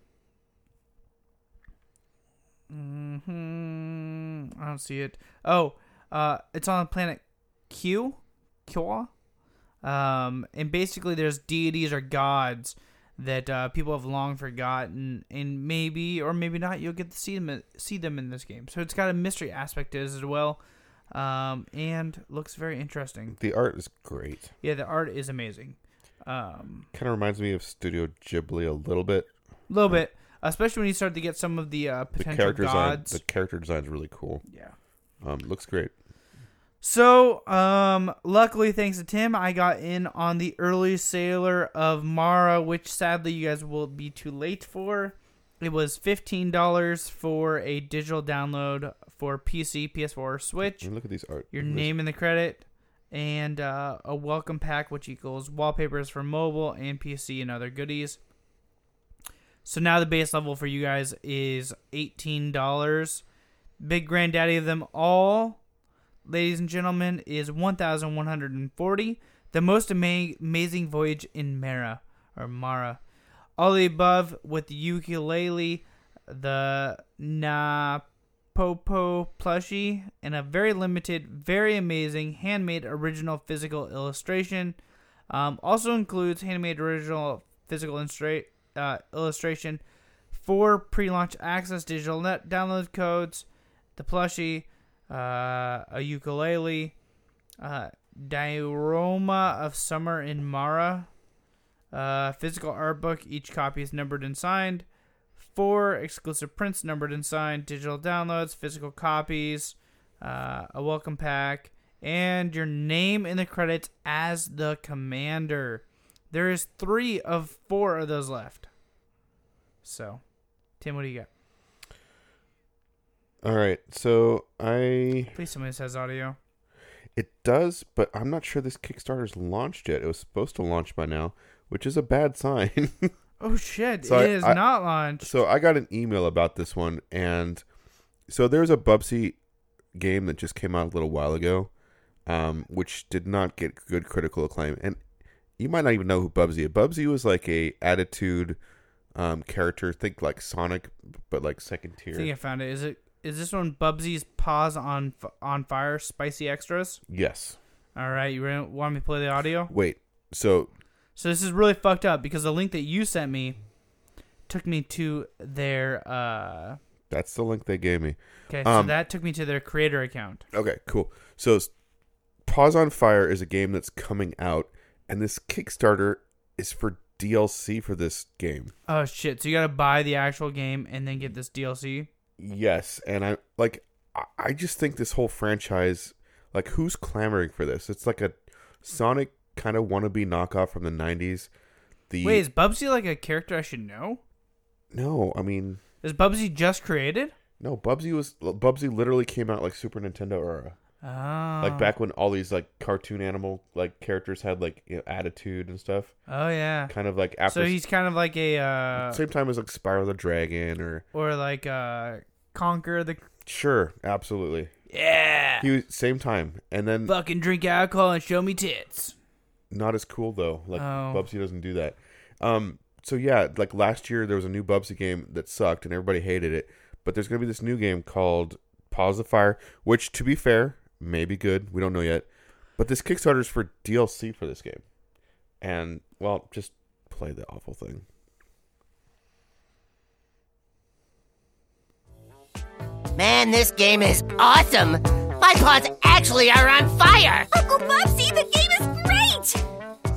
S3: mhm, I don't see it. Oh, uh, it's on the planet Q, Kua. Um, and basically, there's deities or gods that uh, people have long forgotten, and maybe or maybe not, you'll get to see them see them in this game. So it's got a mystery aspect to it as well, um, and looks very interesting.
S4: The art is great.
S3: Yeah, the art is amazing. Um,
S4: Kind of reminds me of Studio Ghibli a little bit.
S3: a little bit, especially when you start to get some of the uh,
S4: The
S3: potential
S4: character design,
S3: gods.
S4: the character design's really cool.
S3: yeah.
S4: Um, looks great.
S3: So, um, luckily, thanks to Tim, I got in on the early sailor of Mara, which sadly you guys will be too late for. It was fifteen dollars for a digital download for PC, PS4, or Switch.
S4: And look at these art.
S3: Your
S4: Look at this.
S3: name in the credit, and uh, a welcome pack, which equals wallpapers for mobile and PC and other goodies. So now the base level for you guys is eighteen dollars. Big granddaddy of them all, ladies and gentlemen, is one thousand one hundred and forty. The most ama- amazing voyage in Mara or Mara. All the above with the ukulele, the na Popo plushie and a very limited, very amazing handmade original physical illustration. Um, also includes handmade original physical illustra- uh, illustration, four pre-launch access digital net download codes, the plushie, uh, a ukulele, uh, diorama of summer in Mara, uh, physical art book. Each copy is numbered and signed. Four exclusive prints numbered and signed, digital downloads, physical copies, uh, a welcome pack, and your name in the credits as the commander. There is three of four of those left. So, Tim, what do you got?
S4: All right, so I
S3: Please, somebody says audio.
S4: it does, but I'm not sure this Kickstarter's launched yet. It was supposed to launch by now, which is a bad sign. [laughs]
S3: Oh shit!
S4: So
S3: it
S4: I-
S3: is
S4: I-
S3: not launched.
S4: so I got an email about this one, and so there's a Bubsy game that just came out a little while ago, um, which did not get good critical acclaim, and you might not even know who Bubsy. is. Bubsy was like a attitude um, character, think like Sonic, but like second
S3: I
S4: tier.
S3: think I found it. Is it? Is this one Bubsy's paws on F- on fire? Spicy extras.
S4: Yes.
S3: All right, you re- want me to play the audio?
S4: Wait. So
S3: So this is really fucked up because the link that you sent me took me to their. uh
S4: that's the link they gave me.
S3: Okay,
S4: Um,
S3: so that took me to their creator account.
S4: Okay, cool. So, s- Pause on Fire is a game that's coming out, and this Kickstarter is for DLC for this game.
S3: Oh shit! So you gotta buy the actual game and then get this DLC.
S4: Yes, and I like. I- I just think this whole franchise, like, who's clamoring for this? It's like a Sonic kind of wannabe knockoff from the '90s. The
S3: Wait, is Bubsy like a character I should know?
S4: no, I mean
S3: Is Bubsy just created?
S4: no. Bubsy was Bubsy literally came out like Super Nintendo era.
S3: Oh,
S4: like back when all these like cartoon animal like characters had like you know, attitude and stuff
S3: Oh yeah.
S4: kind of like after
S3: So he's kind of like a uh,
S4: same time as like spiral the dragon or
S3: or like uh, conquer the
S4: sure absolutely
S3: yeah.
S4: he was same time and then
S3: Fucking drink alcohol and show me tits.
S4: not as cool though like
S3: Oh.
S4: bubsy doesn't do that um so yeah like last year there was a new bubsy game that sucked and everybody hated it but there's gonna be this new game called pause the fire which to be fair may be good we don't know yet but this kickstarter's for dlc for this game and well just play the awful thing
S7: Man, this game is awesome! My paws actually are on fire!
S8: Uncle Bubsy, Oh, the game is great!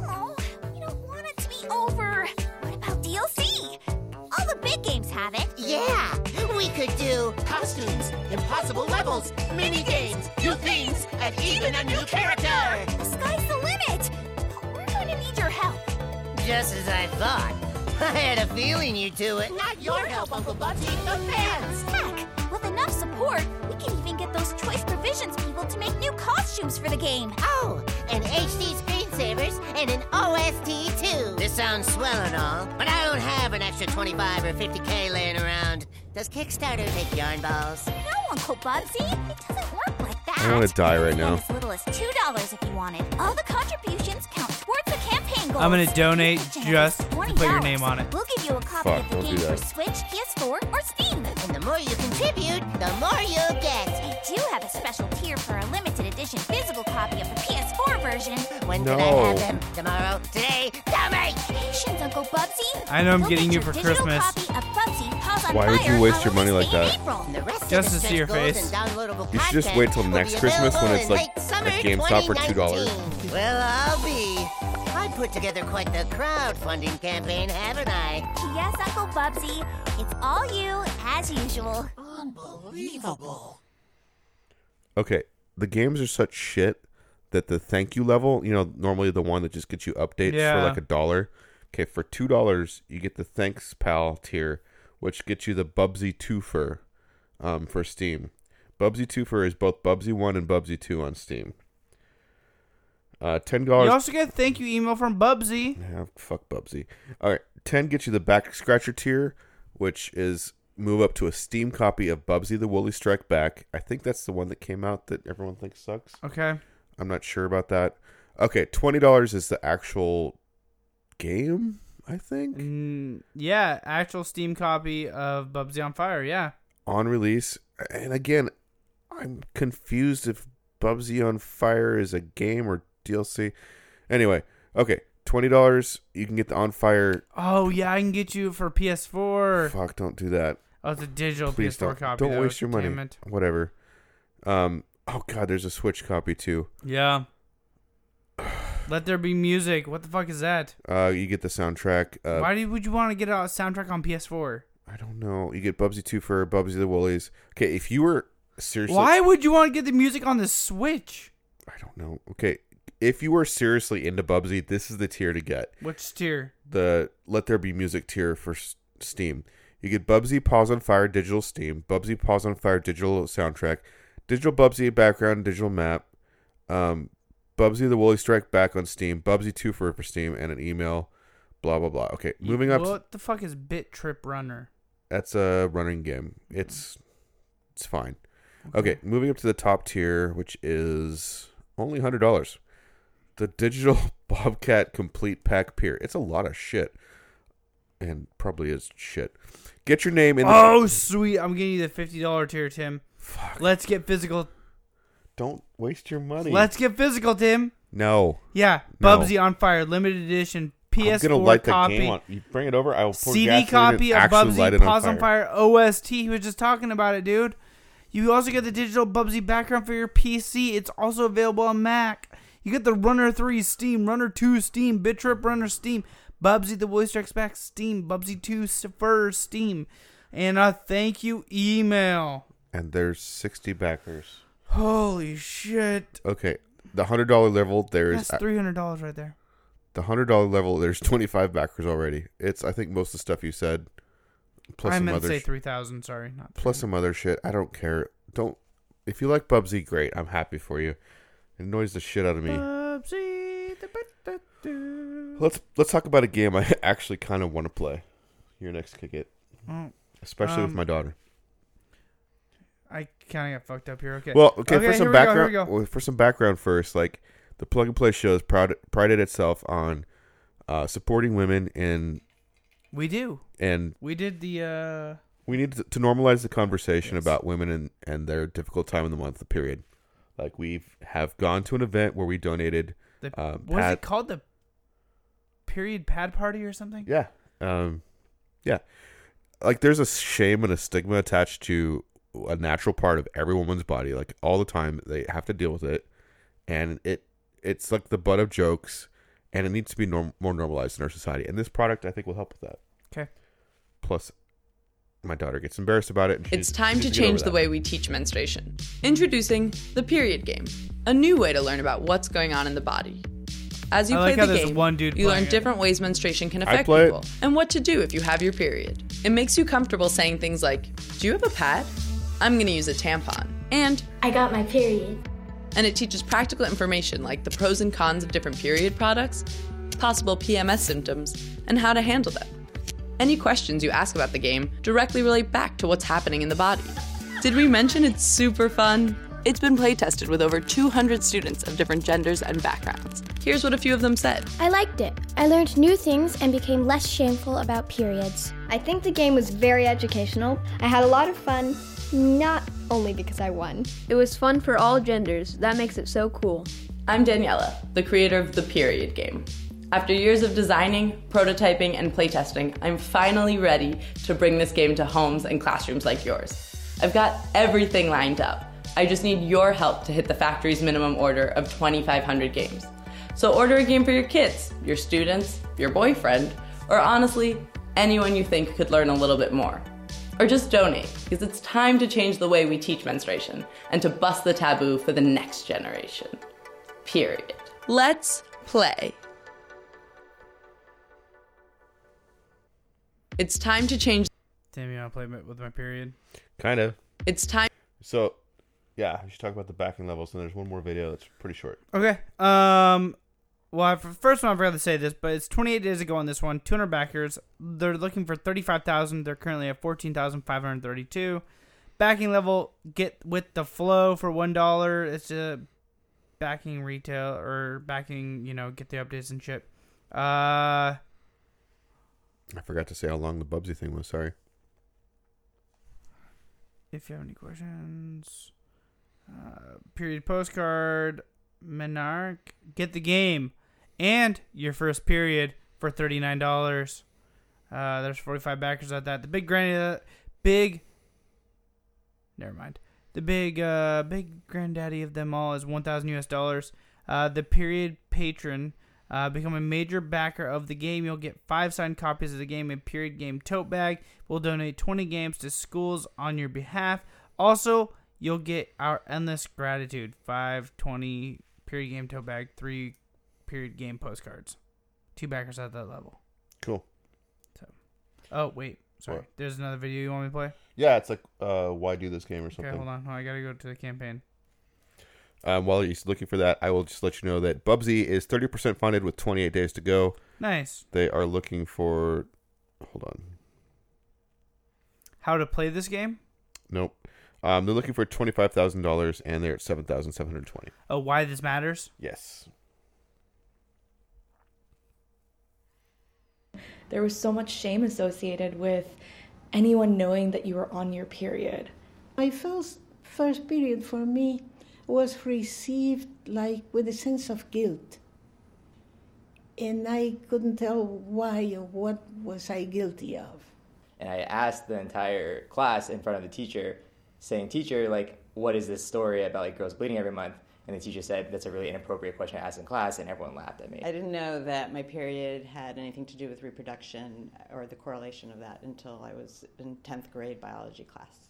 S8: Oh, we don't want it to be over. What about DLC? All the big games have it.
S7: Yeah, we could do costumes, impossible levels, mini games, new things, and even a new character!
S8: The sky's the limit. But we're going to need your help.
S7: Just as I thought. [laughs] I had a feeling you two would. Not your help, Uncle Bubsy, the fans!
S8: Heck, with enough support, we can even get those choice provisions people to make new costumes for the game.
S7: Oh, and HD screensavers and an OST too. This sounds swell and all, but I don't have an extra 25 or 50k laying around. Does Kickstarter make yarn balls?
S8: No, Uncle Bubsy, it doesn't work like that.
S4: I wanna die right
S8: You can
S4: now.
S8: spend As little as two dollars if you wanted. All the contributions count towards the campaign goals.
S3: I'm gonna donate
S8: Each donation
S3: just
S8: is
S3: to
S8: $20.
S3: put your name on it.
S8: We'll give you a copy
S4: Fuck,
S8: of the
S4: don't
S8: game
S4: do
S8: for
S4: that.
S8: Switch, PS4, or Steam.
S7: And the more you contribute, the more you'll get.
S8: We do have a special tier for a limited edition physical copy of the PS4 version.
S7: When can I
S4: No.
S7: have them? Tomorrow? Today? Tell me!
S8: Patience, Uncle Bubsy.
S3: I know I'm
S8: We'll
S3: getting
S8: get
S3: you
S8: your
S3: for
S8: digital
S3: Christmas.
S8: Copy of Bubsy, Paws on
S4: Why would you
S8: Fire
S4: waste your
S8: on
S4: money
S8: release
S4: like
S8: in
S4: that?
S8: April.
S7: The rest of
S3: Just
S7: the
S3: to see
S7: stretch
S3: your
S7: goals
S3: face.
S7: and downloadable
S4: You should just
S7: content
S4: wait till
S7: will
S4: next
S7: be
S4: Christmas when
S7: available
S4: it's
S7: in
S4: like
S7: late summer
S4: at GameStop for
S7: 2019.
S4: $2.
S7: Well, I'll be. I put together quite the crowdfunding campaign, haven't I?
S8: Yes, Uncle Bubsy. It's all you, as usual.
S4: Okay, the games are such shit that the thank you level, you know, normally the one that just gets you updates
S3: Yeah.
S4: for like a dollar. Okay, for two dollars, you get the thanks pal tier, which gets you the Bubsy twofer um, for Steam. Bubsy twofer is both Bubsy one and Bubsy two on Steam. Uh, ten
S3: You
S4: dollars.
S3: also get a thank you email from Bubsy.
S4: Yeah, fuck Bubsy. All right, ten gets you the back scratcher tier, which is move up to a Steam copy of Bubsy the Woolly Strike Back. I think that's the one that came out that everyone thinks sucks.
S3: Okay.
S4: I'm not sure about that. Okay, twenty dollars is the actual game, I think.
S3: Mm, yeah, actual Steam copy of Bubsy on Fire. Yeah.
S4: On release, and again, I'm confused if Bubsy on Fire is a game or DLC. Anyway, okay, twenty dollars. You can get the On Fire.
S3: Oh yeah, I can get you for PS4.
S4: Fuck, don't do that.
S3: Oh, it's a digital
S4: Please
S3: PS4
S4: don't.
S3: copy.
S4: don't
S3: though.
S4: waste your money.
S3: Damn it.
S4: Whatever. Um. Oh God, there's a Switch copy too.
S3: Yeah. [sighs] Let there be music. What the fuck is that?
S4: Uh, you get the soundtrack. Uh,
S3: Why do, would you want to get a soundtrack on PS4?
S4: I don't know. You get Bubsy two for Bubsy the Woolies. Okay, if you were seriously,
S3: Why would you want to get the music on the Switch?
S4: I don't know. Okay, if you were seriously into Bubsy, this is the tier to get.
S3: Which tier?
S4: the Let There Be Music tier for S- Steam. You get Bubsy Paws on Fire digital Steam, Bubsy Paws on Fire digital soundtrack, digital Bubsy background, digital map, um, Bubsy the Woolly Strike back on Steam, Bubsy two for for Steam, and an email. Blah blah blah. Okay, moving up.
S3: What the fuck is Bit Trip Runner?
S4: That's a running game. It's it's fine. Okay, moving up to the top tier, which is only hundred dollars. The digital [laughs] Bobcat Complete Pack Pier. It's a lot of shit, and probably is shit. Get your name in. The-
S3: Oh sweet! I'm getting you the fifty dollar tier, Tim.
S4: Fuck.
S3: Let's get physical.
S4: Don't waste your money.
S3: Let's get physical, Tim.
S4: no.
S3: Yeah,
S4: No.
S3: Bubsy on Fire limited edition
S4: I'm
S3: PS4
S4: gonna light Oh, that
S3: copy.
S4: game on. You bring it over. I will pour
S3: CD
S4: gasoline
S3: copy
S4: and
S3: of
S4: actually light
S3: Bubsy
S4: it
S3: Paws on Fire OST. He was just talking about it, dude. You also get the digital Bubsy background for your PC. It's also available on Mac. You get the Runner 3 Steam, Runner 2 Steam, Bit Trip Runner Steam, Bubsy the Voice Strikes Back Steam, Bubsy 2 Fur Steam, and a thank you email.
S4: And there's sixty backers.
S3: Holy shit.
S4: Okay, the hundred dollar level. There is
S3: That's $300 right there.
S4: the hundred dollar level, there's twenty five backers already. It's I think most of the stuff you said, plus
S3: I
S4: some
S3: meant to
S4: other
S3: say
S4: sh-
S3: 3000 sorry. Not
S4: plus some other shit. I don't care. Don't if you like Bubsy, great. I'm happy for you. It annoys the shit out of me.
S3: Uh, Bubsy. da- ba- da- do.
S4: Let's let's talk about a game I [laughs] actually kind of want to play. Your next kick it,
S3: Oh.
S4: especially with
S3: Um,
S4: my daughter.
S3: I kind of got fucked up here. Okay.
S4: Well, okay, for
S3: here
S4: some
S3: we go, here
S4: background,
S3: we go.
S4: well, for some background first, like the Plug and Play show has proud, prided itself on uh, supporting women and
S3: We do.
S4: and
S3: We did the. uh
S4: we need to, to normalize the conversation about women and, and their difficult time in the month period like we have gone to an event where we donated
S3: The
S4: Uh,
S3: what is
S4: pad-
S3: it called? The period pad party or something?
S4: yeah um yeah like there's a shame and a stigma attached to a natural part of every woman's body like all the time they have to deal with it and it it's like the butt of jokes and it needs to be norm- more normalized in our society and this product i think will help with that
S3: Okay.
S4: plus my daughter gets embarrassed about it and she
S9: It's
S4: needs-
S9: time
S4: she
S9: to
S4: needs get over
S9: change the
S4: that.
S9: way we teach menstruation. Introducing the period game, a new way to learn about what's going on in the body. As you
S3: I
S9: play
S3: like how
S9: the
S3: there's
S9: game,
S3: one dude
S9: you learn
S3: playing it.
S9: different ways menstruation can
S4: I
S9: affect
S4: play it.
S9: people and what to do if you have your period. It makes you comfortable saying things like, "Do you have a pad? I'm going to use a tampon." And
S10: I got my period.
S9: and it teaches practical information like the pros and cons of different period products, possible PMS symptoms, and how to handle them. Any questions you ask about the game directly relate back to what's happening in the body. Did we mention it's super fun? It's been play tested with over 200 students of different genders and backgrounds. Here's what a few of them said.
S8: I liked it. I learned new things and became less shameful about periods. I think the game was very educational. I had a lot of fun, not only because I won. It was fun for all genders. That makes it so cool.
S9: I'm Daniela, the creator of The Period Game. After years of designing, prototyping, and playtesting, I'm finally ready to bring this game to homes and classrooms like yours. I've got everything lined up. I just need your help to hit the factory's minimum order of 2,500 games. So order a game for your kids, your students, your boyfriend, or honestly, anyone you think could learn a little bit more. Or just donate, because it's time to change the way we teach menstruation and to bust the taboo for the next generation period. Let's play. It's time to change.
S3: Damn, you want to play mi- with my period?
S4: kind of
S9: It's time
S4: So, yeah, we should talk about the backing levels. And there's one more video that's pretty short.
S3: Okay. Um. Well, I- for the first one, I forgot to say this, but it's 28 days ago on this one. 200 backers. They're looking for 35,000. They're currently at 14,532. Backing level, get with the flow for $1. It's a backing retail or backing, you know, get the updates and shit. Uh,
S4: I forgot to say how long the Bubsy thing was. Sorry.
S3: if you have any questions. Uh, period postcard, Menarch. Get the game and your first period for $39. Uh, there's 45 backers at that. The big granny, uh, big, never mind. The big, uh, big granddaddy of them all is 1,000 US dollars. Uh, the period patron, uh, become a major backer of the game. You'll get five signed copies of the game and period game tote bag. We'll donate 20 games to schools on your behalf. Also, you'll get our endless gratitude 5, 20 period game tote bag, three period game postcards. Two backers at that level.
S4: Cool.
S3: So, oh wait, sorry.
S4: What?
S3: There's another video you want me to play?
S4: Yeah, it's like uh, why do this game or something.
S3: Okay, hold on. Hold on. I gotta go to the campaign.
S4: Um, while you're looking for that, I will just let you know that Bubsy is 30% funded with 28 days to go.
S3: Nice.
S4: They are looking for. Hold on.
S3: How to play this game?
S4: Nope. Um, they're looking for $25,000 and they're at 7,720.
S3: Oh, why this matters?
S4: Yes.
S11: There was so much shame associated with anyone knowing that you were on your period.
S12: My first first period for me was received like with a sense of guilt. And I couldn't tell why or what was I guilty of.
S13: and I asked the entire class in front of the teacher, saying, "Teacher, like, what is this story about like girls bleeding every month?" And the teacher said, "That's a really inappropriate question to ask in class," and everyone laughed at me.
S14: I didn't know that my period had anything to do with reproduction or the correlation of that until I was in 10th grade biology class.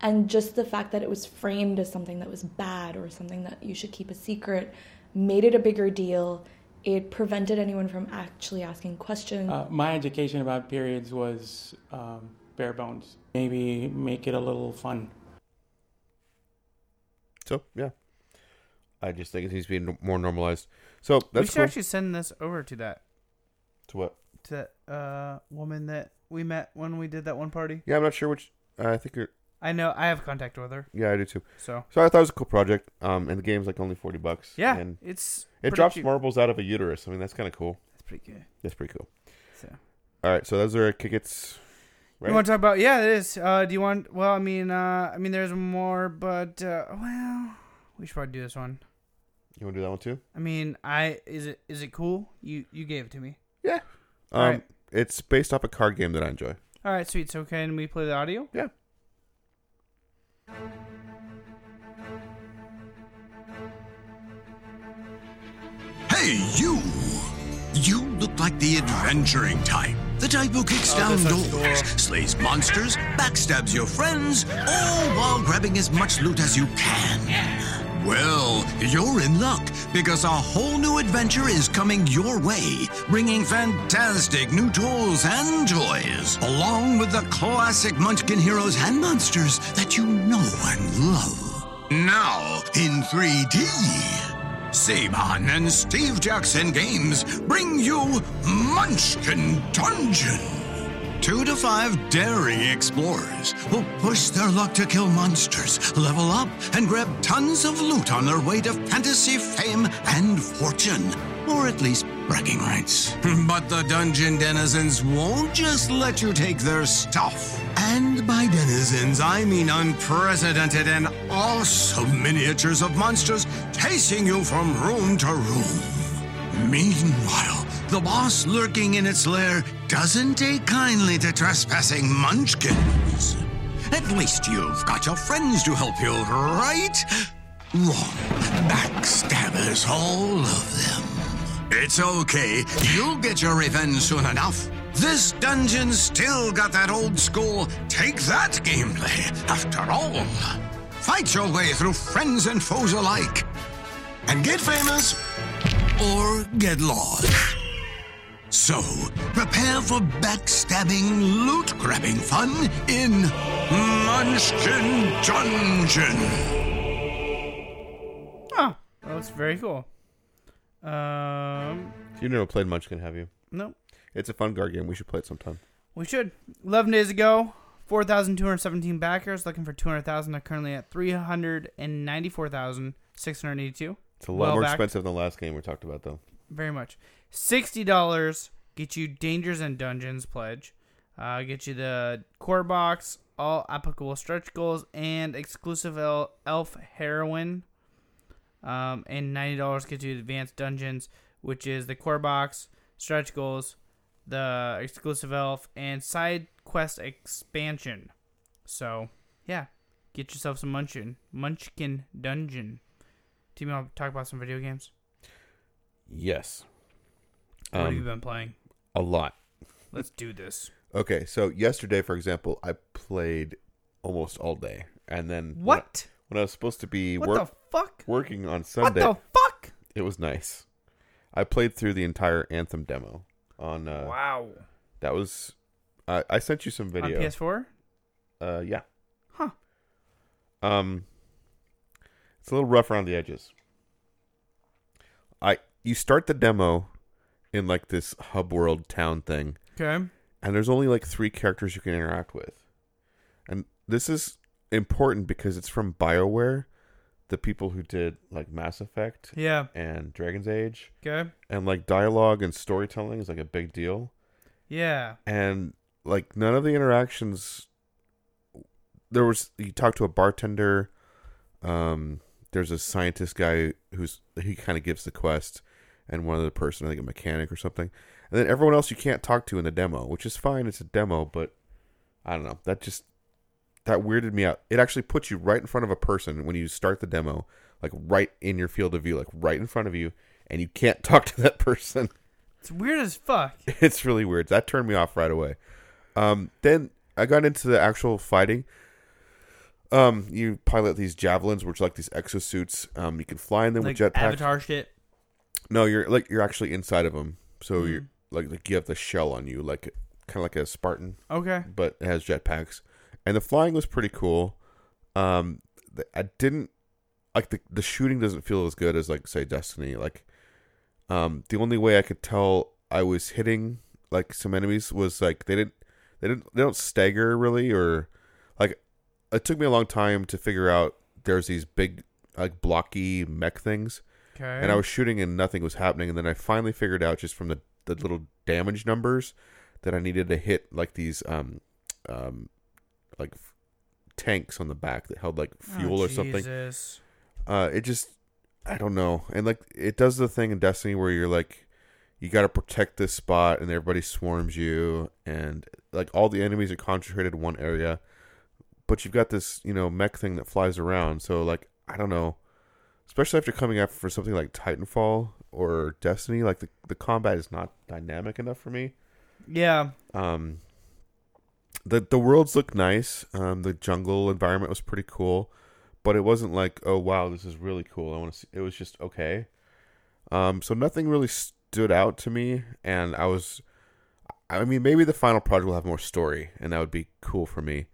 S11: And just the fact that it was framed as something that was bad or something that you should keep a secret made it a bigger deal. It prevented anyone from actually asking questions.
S15: Uh, my education about periods was um, bare bones. Maybe make it a little fun.
S4: So, yeah. I just think it needs to be n- more normalized. So,
S3: we
S4: that's
S3: should
S4: cool.
S3: actually send this over to that
S4: to what?
S3: to that uh, woman that we met when we did that one party.
S4: Yeah, I'm not sure which. uh, I think you're.
S3: I know. I have contact with her.
S4: Yeah, I do too.
S3: So-
S4: so I thought it was a cool project. Um, and the game's like only forty bucks.
S3: Yeah,
S4: and
S3: it's
S4: it
S3: pretty
S4: drops
S3: cheap.
S4: marbles out of a uterus. I mean, that's kind of cool.
S3: That's pretty good.
S4: That's pretty cool.
S3: So.
S4: All right, so those are our tickets.
S3: You want to talk about? Yeah, it is. Uh, do you want? Well, I mean, uh, I mean, there's more, but uh, well, we should probably do this one.
S4: You want to do that one too?
S3: I mean, I is it is it cool? You you gave it to me.
S4: Yeah. Um,
S3: All right.
S4: It's based off a card game that I enjoy.
S3: All right, sweet. So can we play the audio?
S4: Yeah.
S9: Hey, you! You look like the adventuring type. The type who kicks
S16: Oh,
S9: down
S16: this
S9: doors,
S16: looks
S9: slays monsters, backstabs your friends, all while grabbing as much loot as you can. Well, you're in luck because a whole new adventure is coming your way, bringing fantastic new tools and toys, along with the classic Munchkin heroes and monsters that you know and love. Now, in 3D. Saban and Steve Jackson Games bring you Munchkin Dungeon. Two to five daring explorers who push their luck to kill monsters, level up, and grab tons of loot on their way to fantasy fame and fortune, or at least bragging rights. [laughs] But the dungeon denizens won't just let you take their stuff. And by denizens, I mean unprecedented and awesome miniatures of monsters chasing you from room to room. Meanwhile, the boss lurking in its lair doesn't take kindly to trespassing munchkins. At least you've got your friends to help you, right? Wrong. Backstabbers, all of them. It's okay. You'll get your revenge soon enough. This dungeon's still got that old school take that gameplay, after all. Fight your way through friends and foes alike. And get famous or get lost. So, prepare for backstabbing, loot grabbing fun in Munchkin Dungeon.
S3: Oh, well, that's very cool. Um,
S4: You never played Munchkin, have you?
S3: Nope.
S4: It's a fun card game. We should play it sometime.
S3: we should. Eleven days ago, four thousand two hundred seventeen backers looking for two hundred thousand. They're currently at three hundred and ninety-four thousand six hundred eighty-two.
S4: It's a lot more expensive than the last game we talked about, though.
S3: very much. Sixty dollars get you Dangers and Dungeons pledge. Uh, get you the core box, all applicable stretch goals, and exclusive el- elf heroin. Um, and ninety dollars gets you advanced dungeons, which is the core box, stretch goals, the exclusive elf, and side quest expansion. So yeah, get yourself some munchkin munchkin dungeon. Do you want to talk about some video games?
S4: Yes. Um,
S3: What have you been playing?
S4: A lot.
S3: Let's do this.
S4: Okay, so yesterday, for example, I played almost all day, and then when
S3: What?
S4: I- When I, was supposed to be
S3: What
S4: work,
S3: the fuck?
S4: working on
S3: What
S4: Sunday,
S3: the fuck?
S4: It was nice. I played through the entire Anthem demo on. Uh,
S3: Wow.
S4: That was. I I sent you some video
S3: On PS4?
S4: Uh, yeah.
S3: Huh.
S4: Um, it's a little rough around the edges. I you start the demo in like this hub world town thing.
S3: Okay.
S4: And there's only like three characters you can interact with. And this is important because it's from BioWare, the people who did like Mass Effect
S3: Yeah.
S4: and Dragon's Age.
S3: Okay.
S4: And like dialogue and storytelling is like a big deal
S3: Yeah.
S4: and like none of the interactions there was you talk to a bartender um there's a scientist guy who's he kind of gives the quest and one other person i think a mechanic or something and then everyone else you can't talk to in the demo which is fine it's a demo but i don't know that just that weirded me out it actually puts you right in front of a person when you start the demo like right in your field of view like right in front of you and you can't [laughs] talk to that person
S3: It's weird as fuck.
S4: [laughs] it's really weird. That turned me off right away. Um, then I got into the actual fighting. Um, you pilot these javelins, which are like these exosuits. Um, you can fly in them
S3: Like
S4: with jetpacks.
S3: Avatar shit.
S4: No, you're like you're actually inside of them. So
S3: Mm.
S4: you're like like you have the shell on you, like kind of like a Spartan.
S3: Okay.
S4: But it has jetpacks, and the flying was pretty cool. Um, th- I didn't like the the shooting doesn't feel as good as like say Destiny. Like, um, the only way I could tell I was hitting like some enemies was like they didn't they didn't they don't stagger really or like it took me a long time to figure out there's these big like blocky mech things.
S3: Okay.
S4: And I was shooting and nothing was happening and then I finally figured out just from the, the little damage numbers that I needed to hit like these um um like f- tanks on the back that held like
S3: Oh,
S4: fuel or something.
S3: Jesus.
S4: Uh it just I don't know. And like it does the thing in Destiny where you're like you got to protect this spot and everybody swarms you and like all the enemies are concentrated in one area but you've got this you know mech thing that flies around so like i don't know especially after coming up for something like titanfall or destiny like the, the combat is not dynamic enough for me
S3: Yeah.
S4: um the the worlds look nice um the jungle environment was pretty cool but it wasn't like oh wow this is really cool i want to see it was just okay um so nothing really stood out to me and i was i mean maybe the final project will have more story and that would be cool for me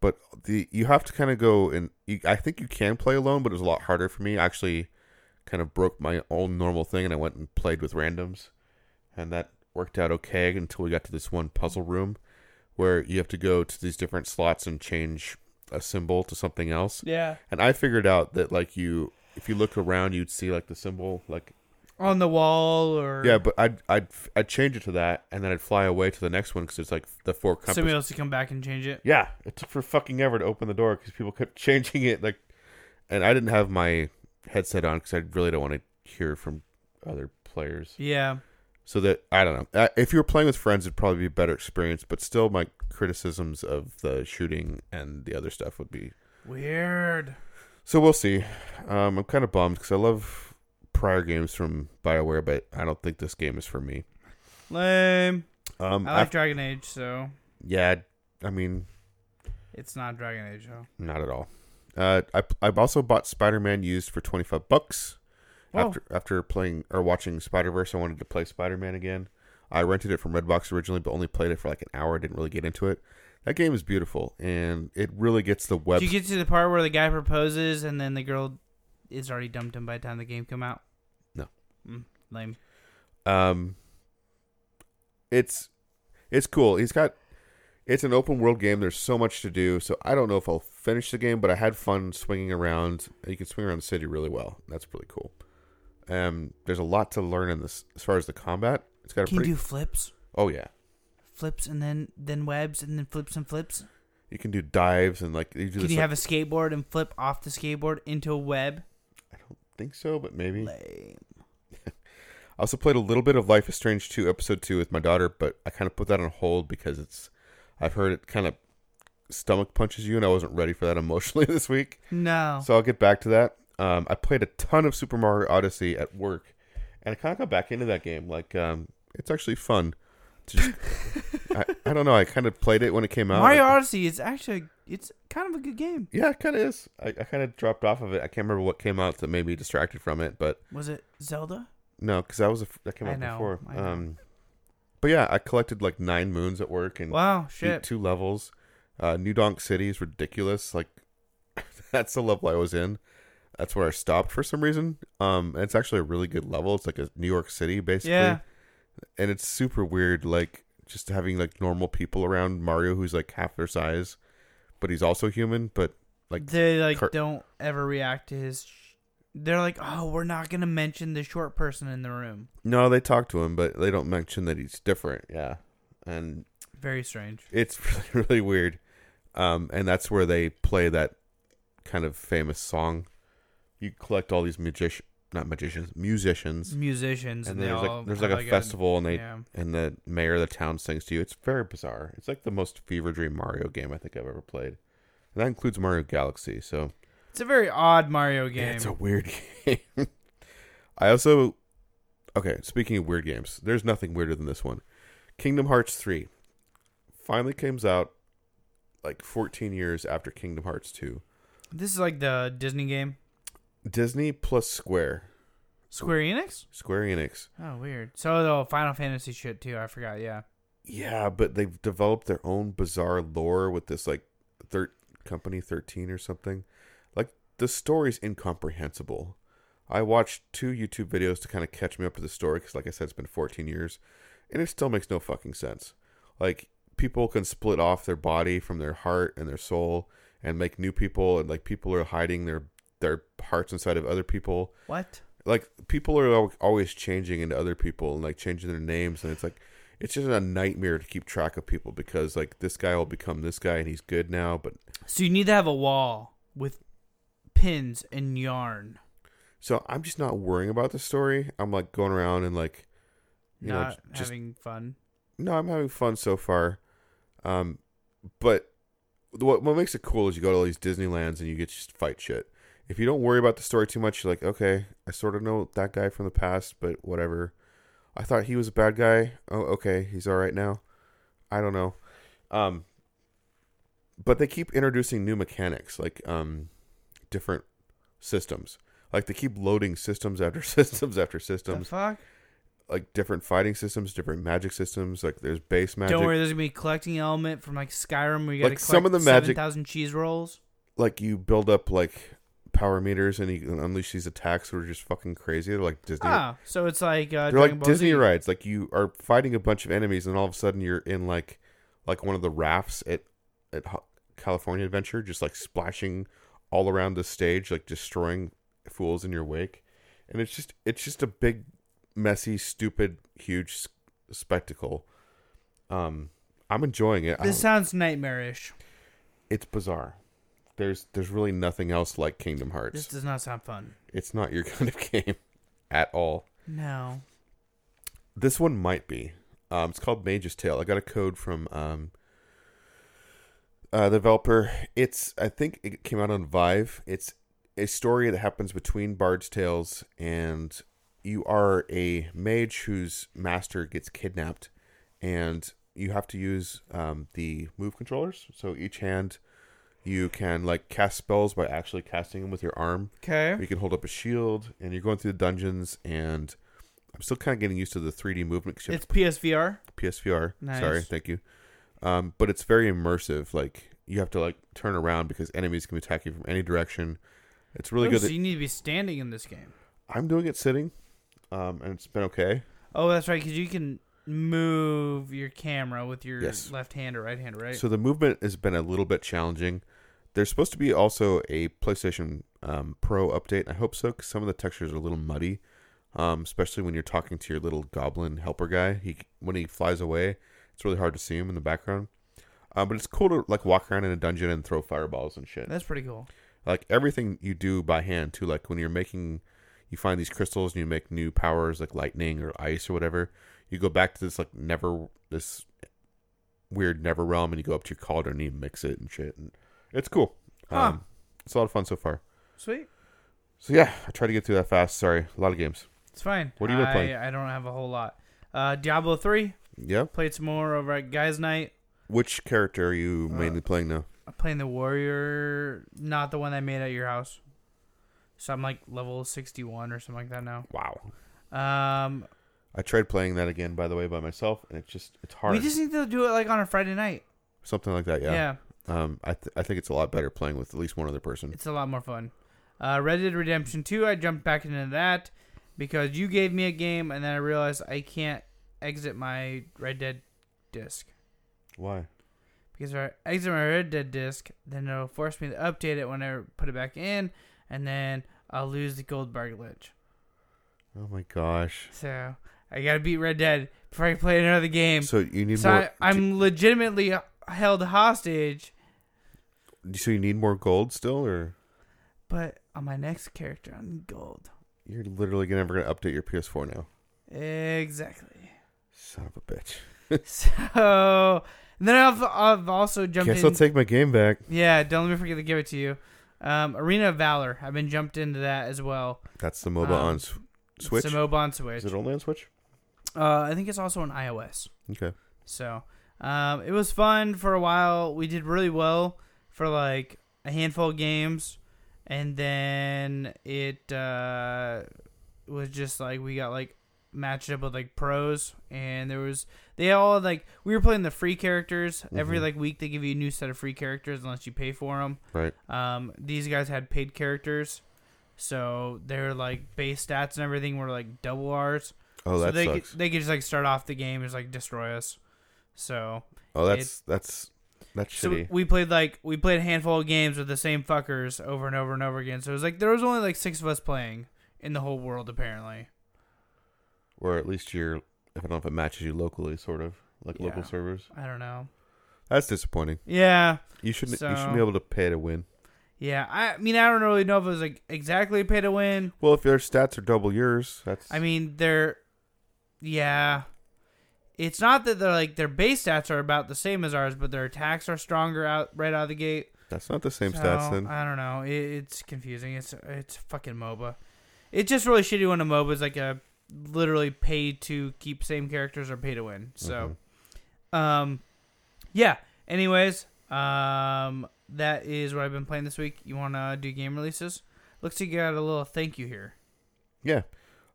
S4: but the you have to kind of go and you, i think you can play alone but it was a lot harder for me I actually kind of broke my own normal thing and i went and played with randoms and that worked out okay until we got to this one puzzle room where you have to go to these different slots and change a symbol to something else.
S3: Yeah.
S4: And I figured out that like you if you look around you'd see like the symbol like
S3: On the wall or.
S4: yeah, but I'd I'd I'd change it to that and then I'd fly away to the next one cuz it's like the four compass.
S3: Somebody else to come back and change it.
S4: Yeah, it took for fucking ever to open the door because people kept [laughs] changing it. Like, and I didn't have my headset on because I really don't want to hear from other players.
S3: Yeah.
S4: So that I don't know. Uh, If you were playing with friends, it'd probably be a better experience. But still, my criticisms of the shooting and the other stuff would be.
S3: Weird.
S4: So we'll see. Um, I'm kind of bummed because I love prior games from Bioware, but I don't think this game is for me.
S3: Lame.
S4: Um,
S3: I like
S4: af-
S3: Dragon Age, so
S4: Yeah, I mean,
S3: it's not Dragon Age, though.
S4: Not at all. Uh, I I've also bought Spider Man used for twenty five bucks.
S3: Whoa.
S4: After after playing or watching Spider Verse, I wanted to play Spider Man again. I rented it from Redbox originally, but only played it for like an hour. Didn't really get into it. That game is beautiful, and it really gets the web.
S3: Do you get to the part where the guy proposes and then the girl is already dumped him by the time the game come out?
S4: No.
S3: Mm, lame.
S4: Um, it's it's cool. He's got it's an open world game. There's so much to do. So I don't know if I'll finish the game, but I had fun swinging around. You can swing around the city really well. That's really cool. Um, there's a lot to learn in this as far as the combat. It's got a
S3: Can you
S4: pretty
S3: do flips?
S4: Oh yeah,
S3: flips and then then webs and then flips and flips?
S4: You can do dives and like you do
S3: Can
S4: this,
S3: you
S4: like-
S3: have a skateboard and flip off the skateboard into a web?
S4: think so, but maybe. [laughs] I also played a little bit of Life is Strange 2 episode 2 with my daughter, but I kind of put that on hold because it's I've heard it kind of stomach punches you and I wasn't ready for that [laughs] emotionally this week.
S3: No.
S4: So I'll get back to that. Um, I played a ton of Super Mario Odyssey at work and I kind of got back into that game like um, it's actually fun. To just, I, I don't know, I kind of played it when it came out.
S3: Mario Odyssey is actually it's kind of a good game.
S4: Yeah, it kind of is. I, I kind of dropped off of it. I can't remember what came out that made me distracted from it, but
S3: Was it Zelda?
S4: No, because that was a, that came
S3: I
S4: out
S3: know,
S4: before.
S3: I know.
S4: Um, but yeah, I collected like nine moons at work and
S3: Wow,
S4: beat
S3: shit.
S4: two levels. Uh, New Donk City is ridiculous. Like [laughs] that's the level I was in. That's where I stopped for some reason. Um, and it's actually a really good level. It's like a New York City basically.
S3: Yeah.
S4: And it's super weird, like just having like normal people around Mario, who's like half their size, but he's also human. But like
S3: they like
S4: car-
S3: don't ever react to his. Sh- They're like, oh, we're not gonna mention the short person in the room.
S4: No, they talk to him, but they don't mention that he's different. Yeah, and
S3: Very strange.
S4: It's [laughs] really, really weird. Um, and that's where they play that kind of famous song. You collect all these magician, not magicians, musicians,
S3: Musicians,
S4: and
S3: and they
S4: there's
S3: all
S4: like there's
S3: have,
S4: like a
S3: like, a-
S4: festival, and they
S3: yeah.
S4: and the mayor of the town sings to you. It's very bizarre. It's like the most fever dream Mario game I think I've ever played, and that includes Mario Galaxy. So
S3: It's a very odd Mario game.
S4: yeah, It's a weird [laughs] game. I also okay. Speaking of weird games, there's nothing weirder than this one. Kingdom Hearts three finally comes out like 14 years after Kingdom Hearts two.
S3: This is like the Disney game,
S4: Disney plus Square,
S3: Square Enix.
S4: Square Enix.
S3: Oh, weird. So the Final Fantasy shit too. I forgot. Yeah.
S4: Yeah, but they've developed their own bizarre lore with this like third company 13 or something. Like the story's incomprehensible. I watched two YouTube videos to kind of catch me up to the story cuz like I said it's been 14 years and it still makes no fucking sense. Like people can split off their body from their heart and their soul and make new people and like people are hiding their their hearts inside of other people.
S3: What?
S4: Like people are al- always changing into other people and like changing their names and it's like it's just a nightmare to keep track of people because like this guy will become this guy and he's good now but
S3: So you need to have a wall with pins and yarn.
S4: so I'm just not worrying about the story. I'm like going around and like you know
S3: Not
S4: j- just
S3: having fun.
S4: no, I'm having fun so far. Um, but what what makes it cool is you go to all these Disneylands and you get to just fight shit. If you don't worry about the story too much, you're like, okay, I sort of know that guy from the past, but whatever. I thought he was a bad guy. Oh, okay, he's all right now. I don't know. Um, but they keep introducing new mechanics, like um, different systems. Like they keep loading systems after [laughs] systems after systems
S3: fuck?
S4: like different fighting systems, different magic systems. Like there's base magic.
S3: Don't worry, there's gonna be a collecting element from like Skyrim where you gotta
S4: Like, some of the
S3: seven
S4: magic-
S3: thousand cheese rolls.
S4: Like you build up like power meters and you can unleash these attacks that are just fucking crazy. They're like Disney.
S3: Ah, so it's like uh,
S4: they're
S3: Dragon
S4: like
S3: Ball
S4: Disney
S3: Z.
S4: rides. Like you are fighting a bunch of enemies and all of a sudden you're in like like one of the rafts at at Ho- California Adventure, just like splashing all around the stage, like destroying fools in your wake. And it's just it's just a big, messy, stupid, huge s- spectacle. Um, I'm enjoying it. I
S3: This
S4: don't-
S3: sounds nightmarish.
S4: it's bizarre. There's there's really nothing else like Kingdom Hearts.
S3: This does not sound fun.
S4: It's not your kind of [laughs] game at all.
S3: No.
S4: This one might be. Um, it's called Mage's Tale. I got a code from um, uh, the developer. It's I think it came out on Vive. It's a story that happens between Bard's Tales, and you are a mage whose master gets kidnapped, and you have to use um, the move controllers. So each hand, you can like cast spells by actually casting them with your arm.
S3: Okay.
S4: You can hold up a shield, and you're going through the dungeons. And I'm still kind of getting used to the 3D movement. 'cause you have
S3: It's PSVR.
S4: PSVR.
S3: Nice.
S4: Sorry, thank you. Um, but it's very immersive. Like you have to like turn around because enemies can attack you from any direction. It's really
S3: Oh,
S4: good.
S3: So
S4: that-
S3: you need to be standing in this game.
S4: I'm doing it sitting, um, and it's been okay.
S3: Oh, that's right, because you can move your camera with your
S4: Yes.
S3: left hand or right hand, right?
S4: So the movement has been a little bit challenging. There's supposed to be also a PlayStation um, Pro update. I hope so, because some of the textures are a little muddy, um, especially when you're talking to your little goblin helper guy. He when he flies away, It's really hard to see them in the background. Uh, but it's cool to like walk around in a dungeon and throw fireballs and shit.
S3: That's pretty cool.
S4: Like everything you do by hand too. Like when you're making, you find these crystals and you make new powers like lightning or ice or whatever. You go back to this like never this weird never realm and you go up to your cauldron and you mix it and shit. And it's cool.
S3: Huh.
S4: Um, it's a lot of fun so far.
S3: Sweet.
S4: So yeah, I tried to get through that fast. Sorry, a lot of games.
S3: It's fine.
S4: What are you been
S3: I,
S4: playing?
S3: I don't have a whole lot. Uh, Diablo three.
S4: Yeah.
S3: Played some more over at Guys Night.
S4: Which character are you
S3: Uh,
S4: mainly playing now?
S3: I'm playing the warrior, not the one I made at your house. So I'm like level sixty one or something like that now.
S4: Wow.
S3: Um,
S4: I tried playing that again, by the way, by myself, and it just it's hard.
S3: we just need to do it like on a Friday night.
S4: Something like that, yeah.
S3: Yeah.
S4: Um, I th- I think it's a lot better playing with at least one other person.
S3: It's a lot more fun. Uh, Red Dead Redemption 2, I jumped back into that because you gave me a game and then I realized I can't exit my Red Dead disc.
S4: Why?
S3: Because if I exit my Red Dead disc, then it'll force me to update it when I put it back in, and then I'll lose the gold bar glitch.
S4: Oh my gosh.
S3: So I gotta beat Red Dead before I play another game.
S4: So you need
S3: so
S4: more-
S3: I, I'm legitimately held hostage,
S4: So you need more gold still, or
S3: but on my next character, I'm gold.
S4: you're literally gonna- never gonna update your PS4 now?
S3: Exactly.
S4: Son of a bitch.
S3: so and then I've, I've also jumped
S4: Guess
S3: in.
S4: I'll take my game back.
S3: Yeah, don't let me forget to give it to you. Um, Arena of Valor. I've been jumped into that as well.
S4: That's the MOBA on Sw-
S3: Um, it's
S4: Switch?
S3: a MOBA on Switch.
S4: Is it only on Switch?
S3: Uh, I think it's also on iOS.
S4: Okay.
S3: So um, it was fun for a while. We did really well for like a handful of games, and then it uh, was just like we got like matched up with like pros, and there was they all like we were playing the free characters every
S4: Mhm.
S3: like week. They give you a new set of free characters unless you pay for them.
S4: Right.
S3: Um, these guys had paid characters, so their like base stats and everything were like double R's.
S4: Oh,
S3: so
S4: that
S3: they
S4: sucks.
S3: Could, they could just like start off the game and just like destroy us. So
S4: Oh,
S3: it-
S4: that's that's that's
S3: so
S4: shitty.
S3: we played like we played a handful of games with the same fuckers over and over and over again. So it was like there was only like six of us playing in the whole world apparently.
S4: or at least you're. I don't know if it matches you locally, sort of like local
S3: Yeah.
S4: servers.
S3: I don't know.
S4: That's disappointing.
S3: Yeah.
S4: You should you should
S3: So-
S4: be able to pay to win.
S3: Yeah, I mean I don't really know if it was like exactly pay to win.
S4: Well, if their stats are double yours, that's
S3: I mean they're yeah. It's not that they're like their base stats are about the same as ours, but their attacks are stronger out right out of the gate.
S4: that's not the same
S3: So,
S4: stats then.
S3: I don't know. It, it's confusing. It's it's fucking MOBA. It's just really shitty when a MOBA is like a literally pay to keep same characters or pay to win. So, um, yeah. Anyways, um, that is what I've been playing this week. You want to do game releases? Looks like you got a little thank you here.
S4: Yeah.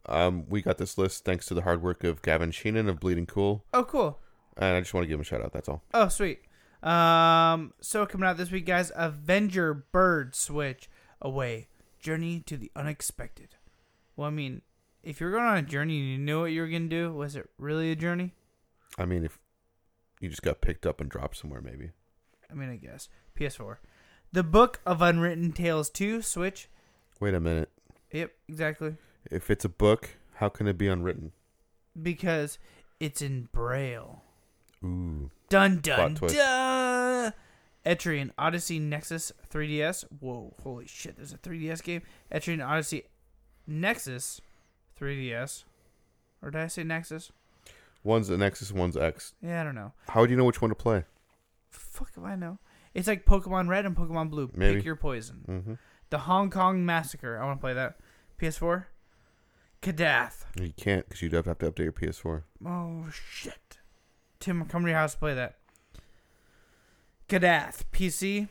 S4: Um, we got this list thanks to the hard work of Gavin Sheenan of Bleeding Cool.
S3: Oh, cool.
S4: And I just want to give him a shout out. That's all.
S3: Oh, sweet. Um, so coming out this week, guys, Avenger Bird Switch Away Journey to the Unexpected. Well, I mean, if you're going on a journey and you knew what you were going to do, was it really a journey?
S4: I mean, if you just got picked up and dropped somewhere, maybe.
S3: I mean, I guess. PS4. The Book of Unwritten Tales 2 Switch.
S4: Wait a minute.
S3: Yep, exactly.
S4: If it's a book, how can it be unwritten?
S3: Because it's in Braille.
S4: Ooh.
S3: Dun
S4: Plot
S3: dun
S4: twist.
S3: dun. Etrian Odyssey Nexus 3DS. Whoa, holy shit! There's a 3DS game. Etrian Odyssey Nexus 3DS. Or did I say Nexus?
S4: One's a Nexus, one's X.
S3: Yeah, I don't know.
S4: How do you know which one to play?
S3: Fuck if I know. It's like Pokemon Red and Pokemon Blue.
S4: Maybe.
S3: Pick your poison.
S4: Mhm.
S3: The Hong Kong Massacre. I want to play that. PS4. Kadath.
S4: You can't because you'd have to update your [laughs] PS4.
S3: Oh shit! Tim, come to your house to play that. Kadath PC,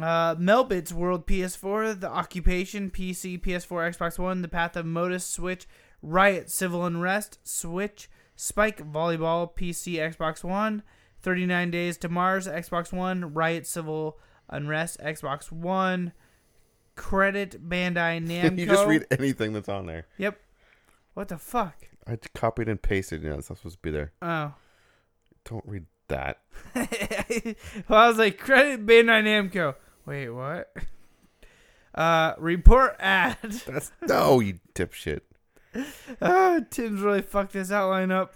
S3: uh, Melbit's World PS4, The Occupation PC, PS4, Xbox One, The Path of Modus Switch, Riot Civil Unrest Switch, Spike Volleyball PC, Xbox One, 39 Days to Mars Xbox One, Riot Civil Unrest Xbox One, Credit Bandai Namco.
S4: [laughs] you just read anything that's on there.
S3: Yep. What the fuck?
S4: I just copied and pasted. Yeah, it's not supposed to be there.
S3: Oh.
S4: Don't read that.
S3: well, I was like, credit Bandai Namco. Wait, what? Uh, report ad. [laughs]
S4: That's [laughs] no, you dipshit.
S3: Oh, Ah, Tim's really fucked this outline up.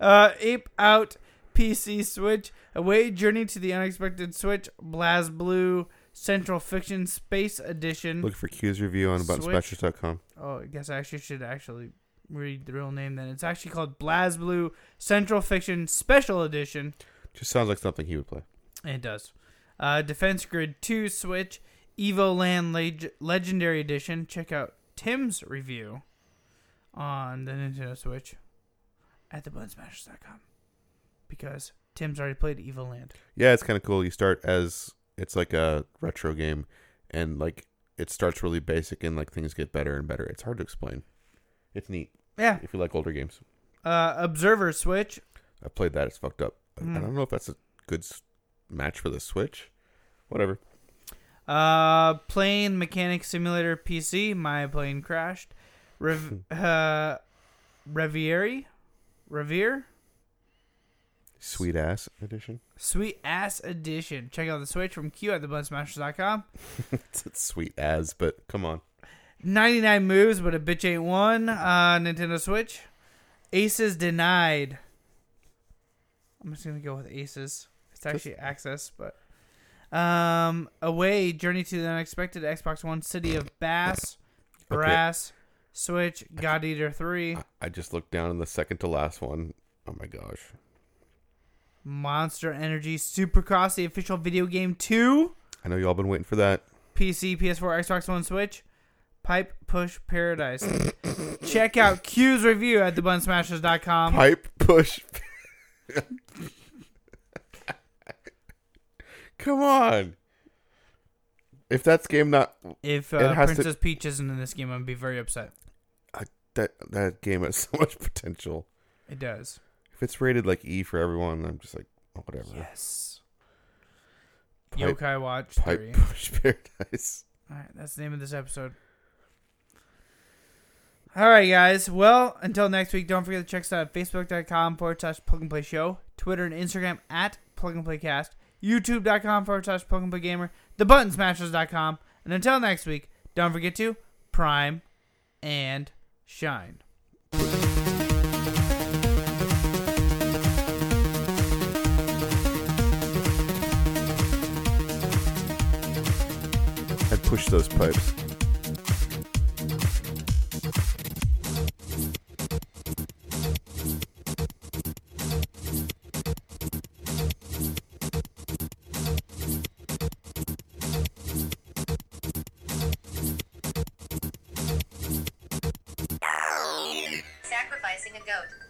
S3: Uh, Ape Out PC Switch, Away Journey to the Unexpected Switch, BlazBlue Central Fiction Space Edition.
S4: Look for Q's review on aboutspecials.com.
S3: Oh, I guess I actually should actually read the real name then. It's actually called BlazBlue Central Fiction Special Edition.
S4: Just sounds like something he would play.
S3: It does. Uh, Defense Grid 2 Switch, Evo Land Leg- Legendary Edition. Check out Tim's review on the Nintendo Switch at thebunsmashers.com because Tim's already played Evo Land.
S4: Yeah, it's kind of cool. You start as it's like a retro game, and like it starts really basic, and like things get better and better. It's hard to explain. It's neat.
S3: Yeah.
S4: If you like older games,
S3: Uh, Observer Switch.
S4: I played that. It's fucked up. I-
S3: Mm.
S4: I don't know if that's a good s- match for the Switch. Whatever.
S3: Uh, plane mechanic simulator PC. My plane crashed. Rev- uh, Revieri, Revere,
S4: Sweet ass edition.
S3: Sweet Ass Edition. Check out the Switch from Q at thebunsmashers.com.
S4: it's it's sweet as, but come on.
S3: 99 moves, but a bitch ain't one. Uh, Nintendo Switch. Aces denied. I'm just gonna go with Aces. It's actually Access, but um, Away, Journey to the Unexpected, Xbox One, City of Bass,
S4: Okay.
S3: Brass, Switch, God Eater Three,
S4: I just looked down in the second to last one. Oh my gosh.
S3: Monster Energy, Supercross, the official video game two,
S4: I know y'all been waiting for that.
S3: PC, PS4, Xbox One, Switch, Pipe Push
S4: [coughs]
S3: Paradise. Check out Q's review at thebunsmashers.com.
S4: Pipe push. Come on. If that's game not
S3: If
S4: it
S3: uh,
S4: has
S3: Princess
S4: to,
S3: Peach isn't in this game, I'd be very upset.
S4: that that game has so much potential.
S3: It does.
S4: If it's rated like E for everyone, I'm just like oh, whatever.
S3: Yes.
S4: Pipe-
S3: Yokai Watch
S4: Pipe
S3: 3.
S4: Push [laughs] Paradise.
S3: All right, that's the name of this episode. All right, guys. Well, until next week, don't forget to check us out at facebook.com forward slash plug and play show, Twitter and Instagram at plug and play cast, youtube.com forward slash plug and play gamer, thebuttonsmashers.com. And until next week, don't forget to prime and shine.
S4: I push those pipes.
S16: Sacrificing a goat.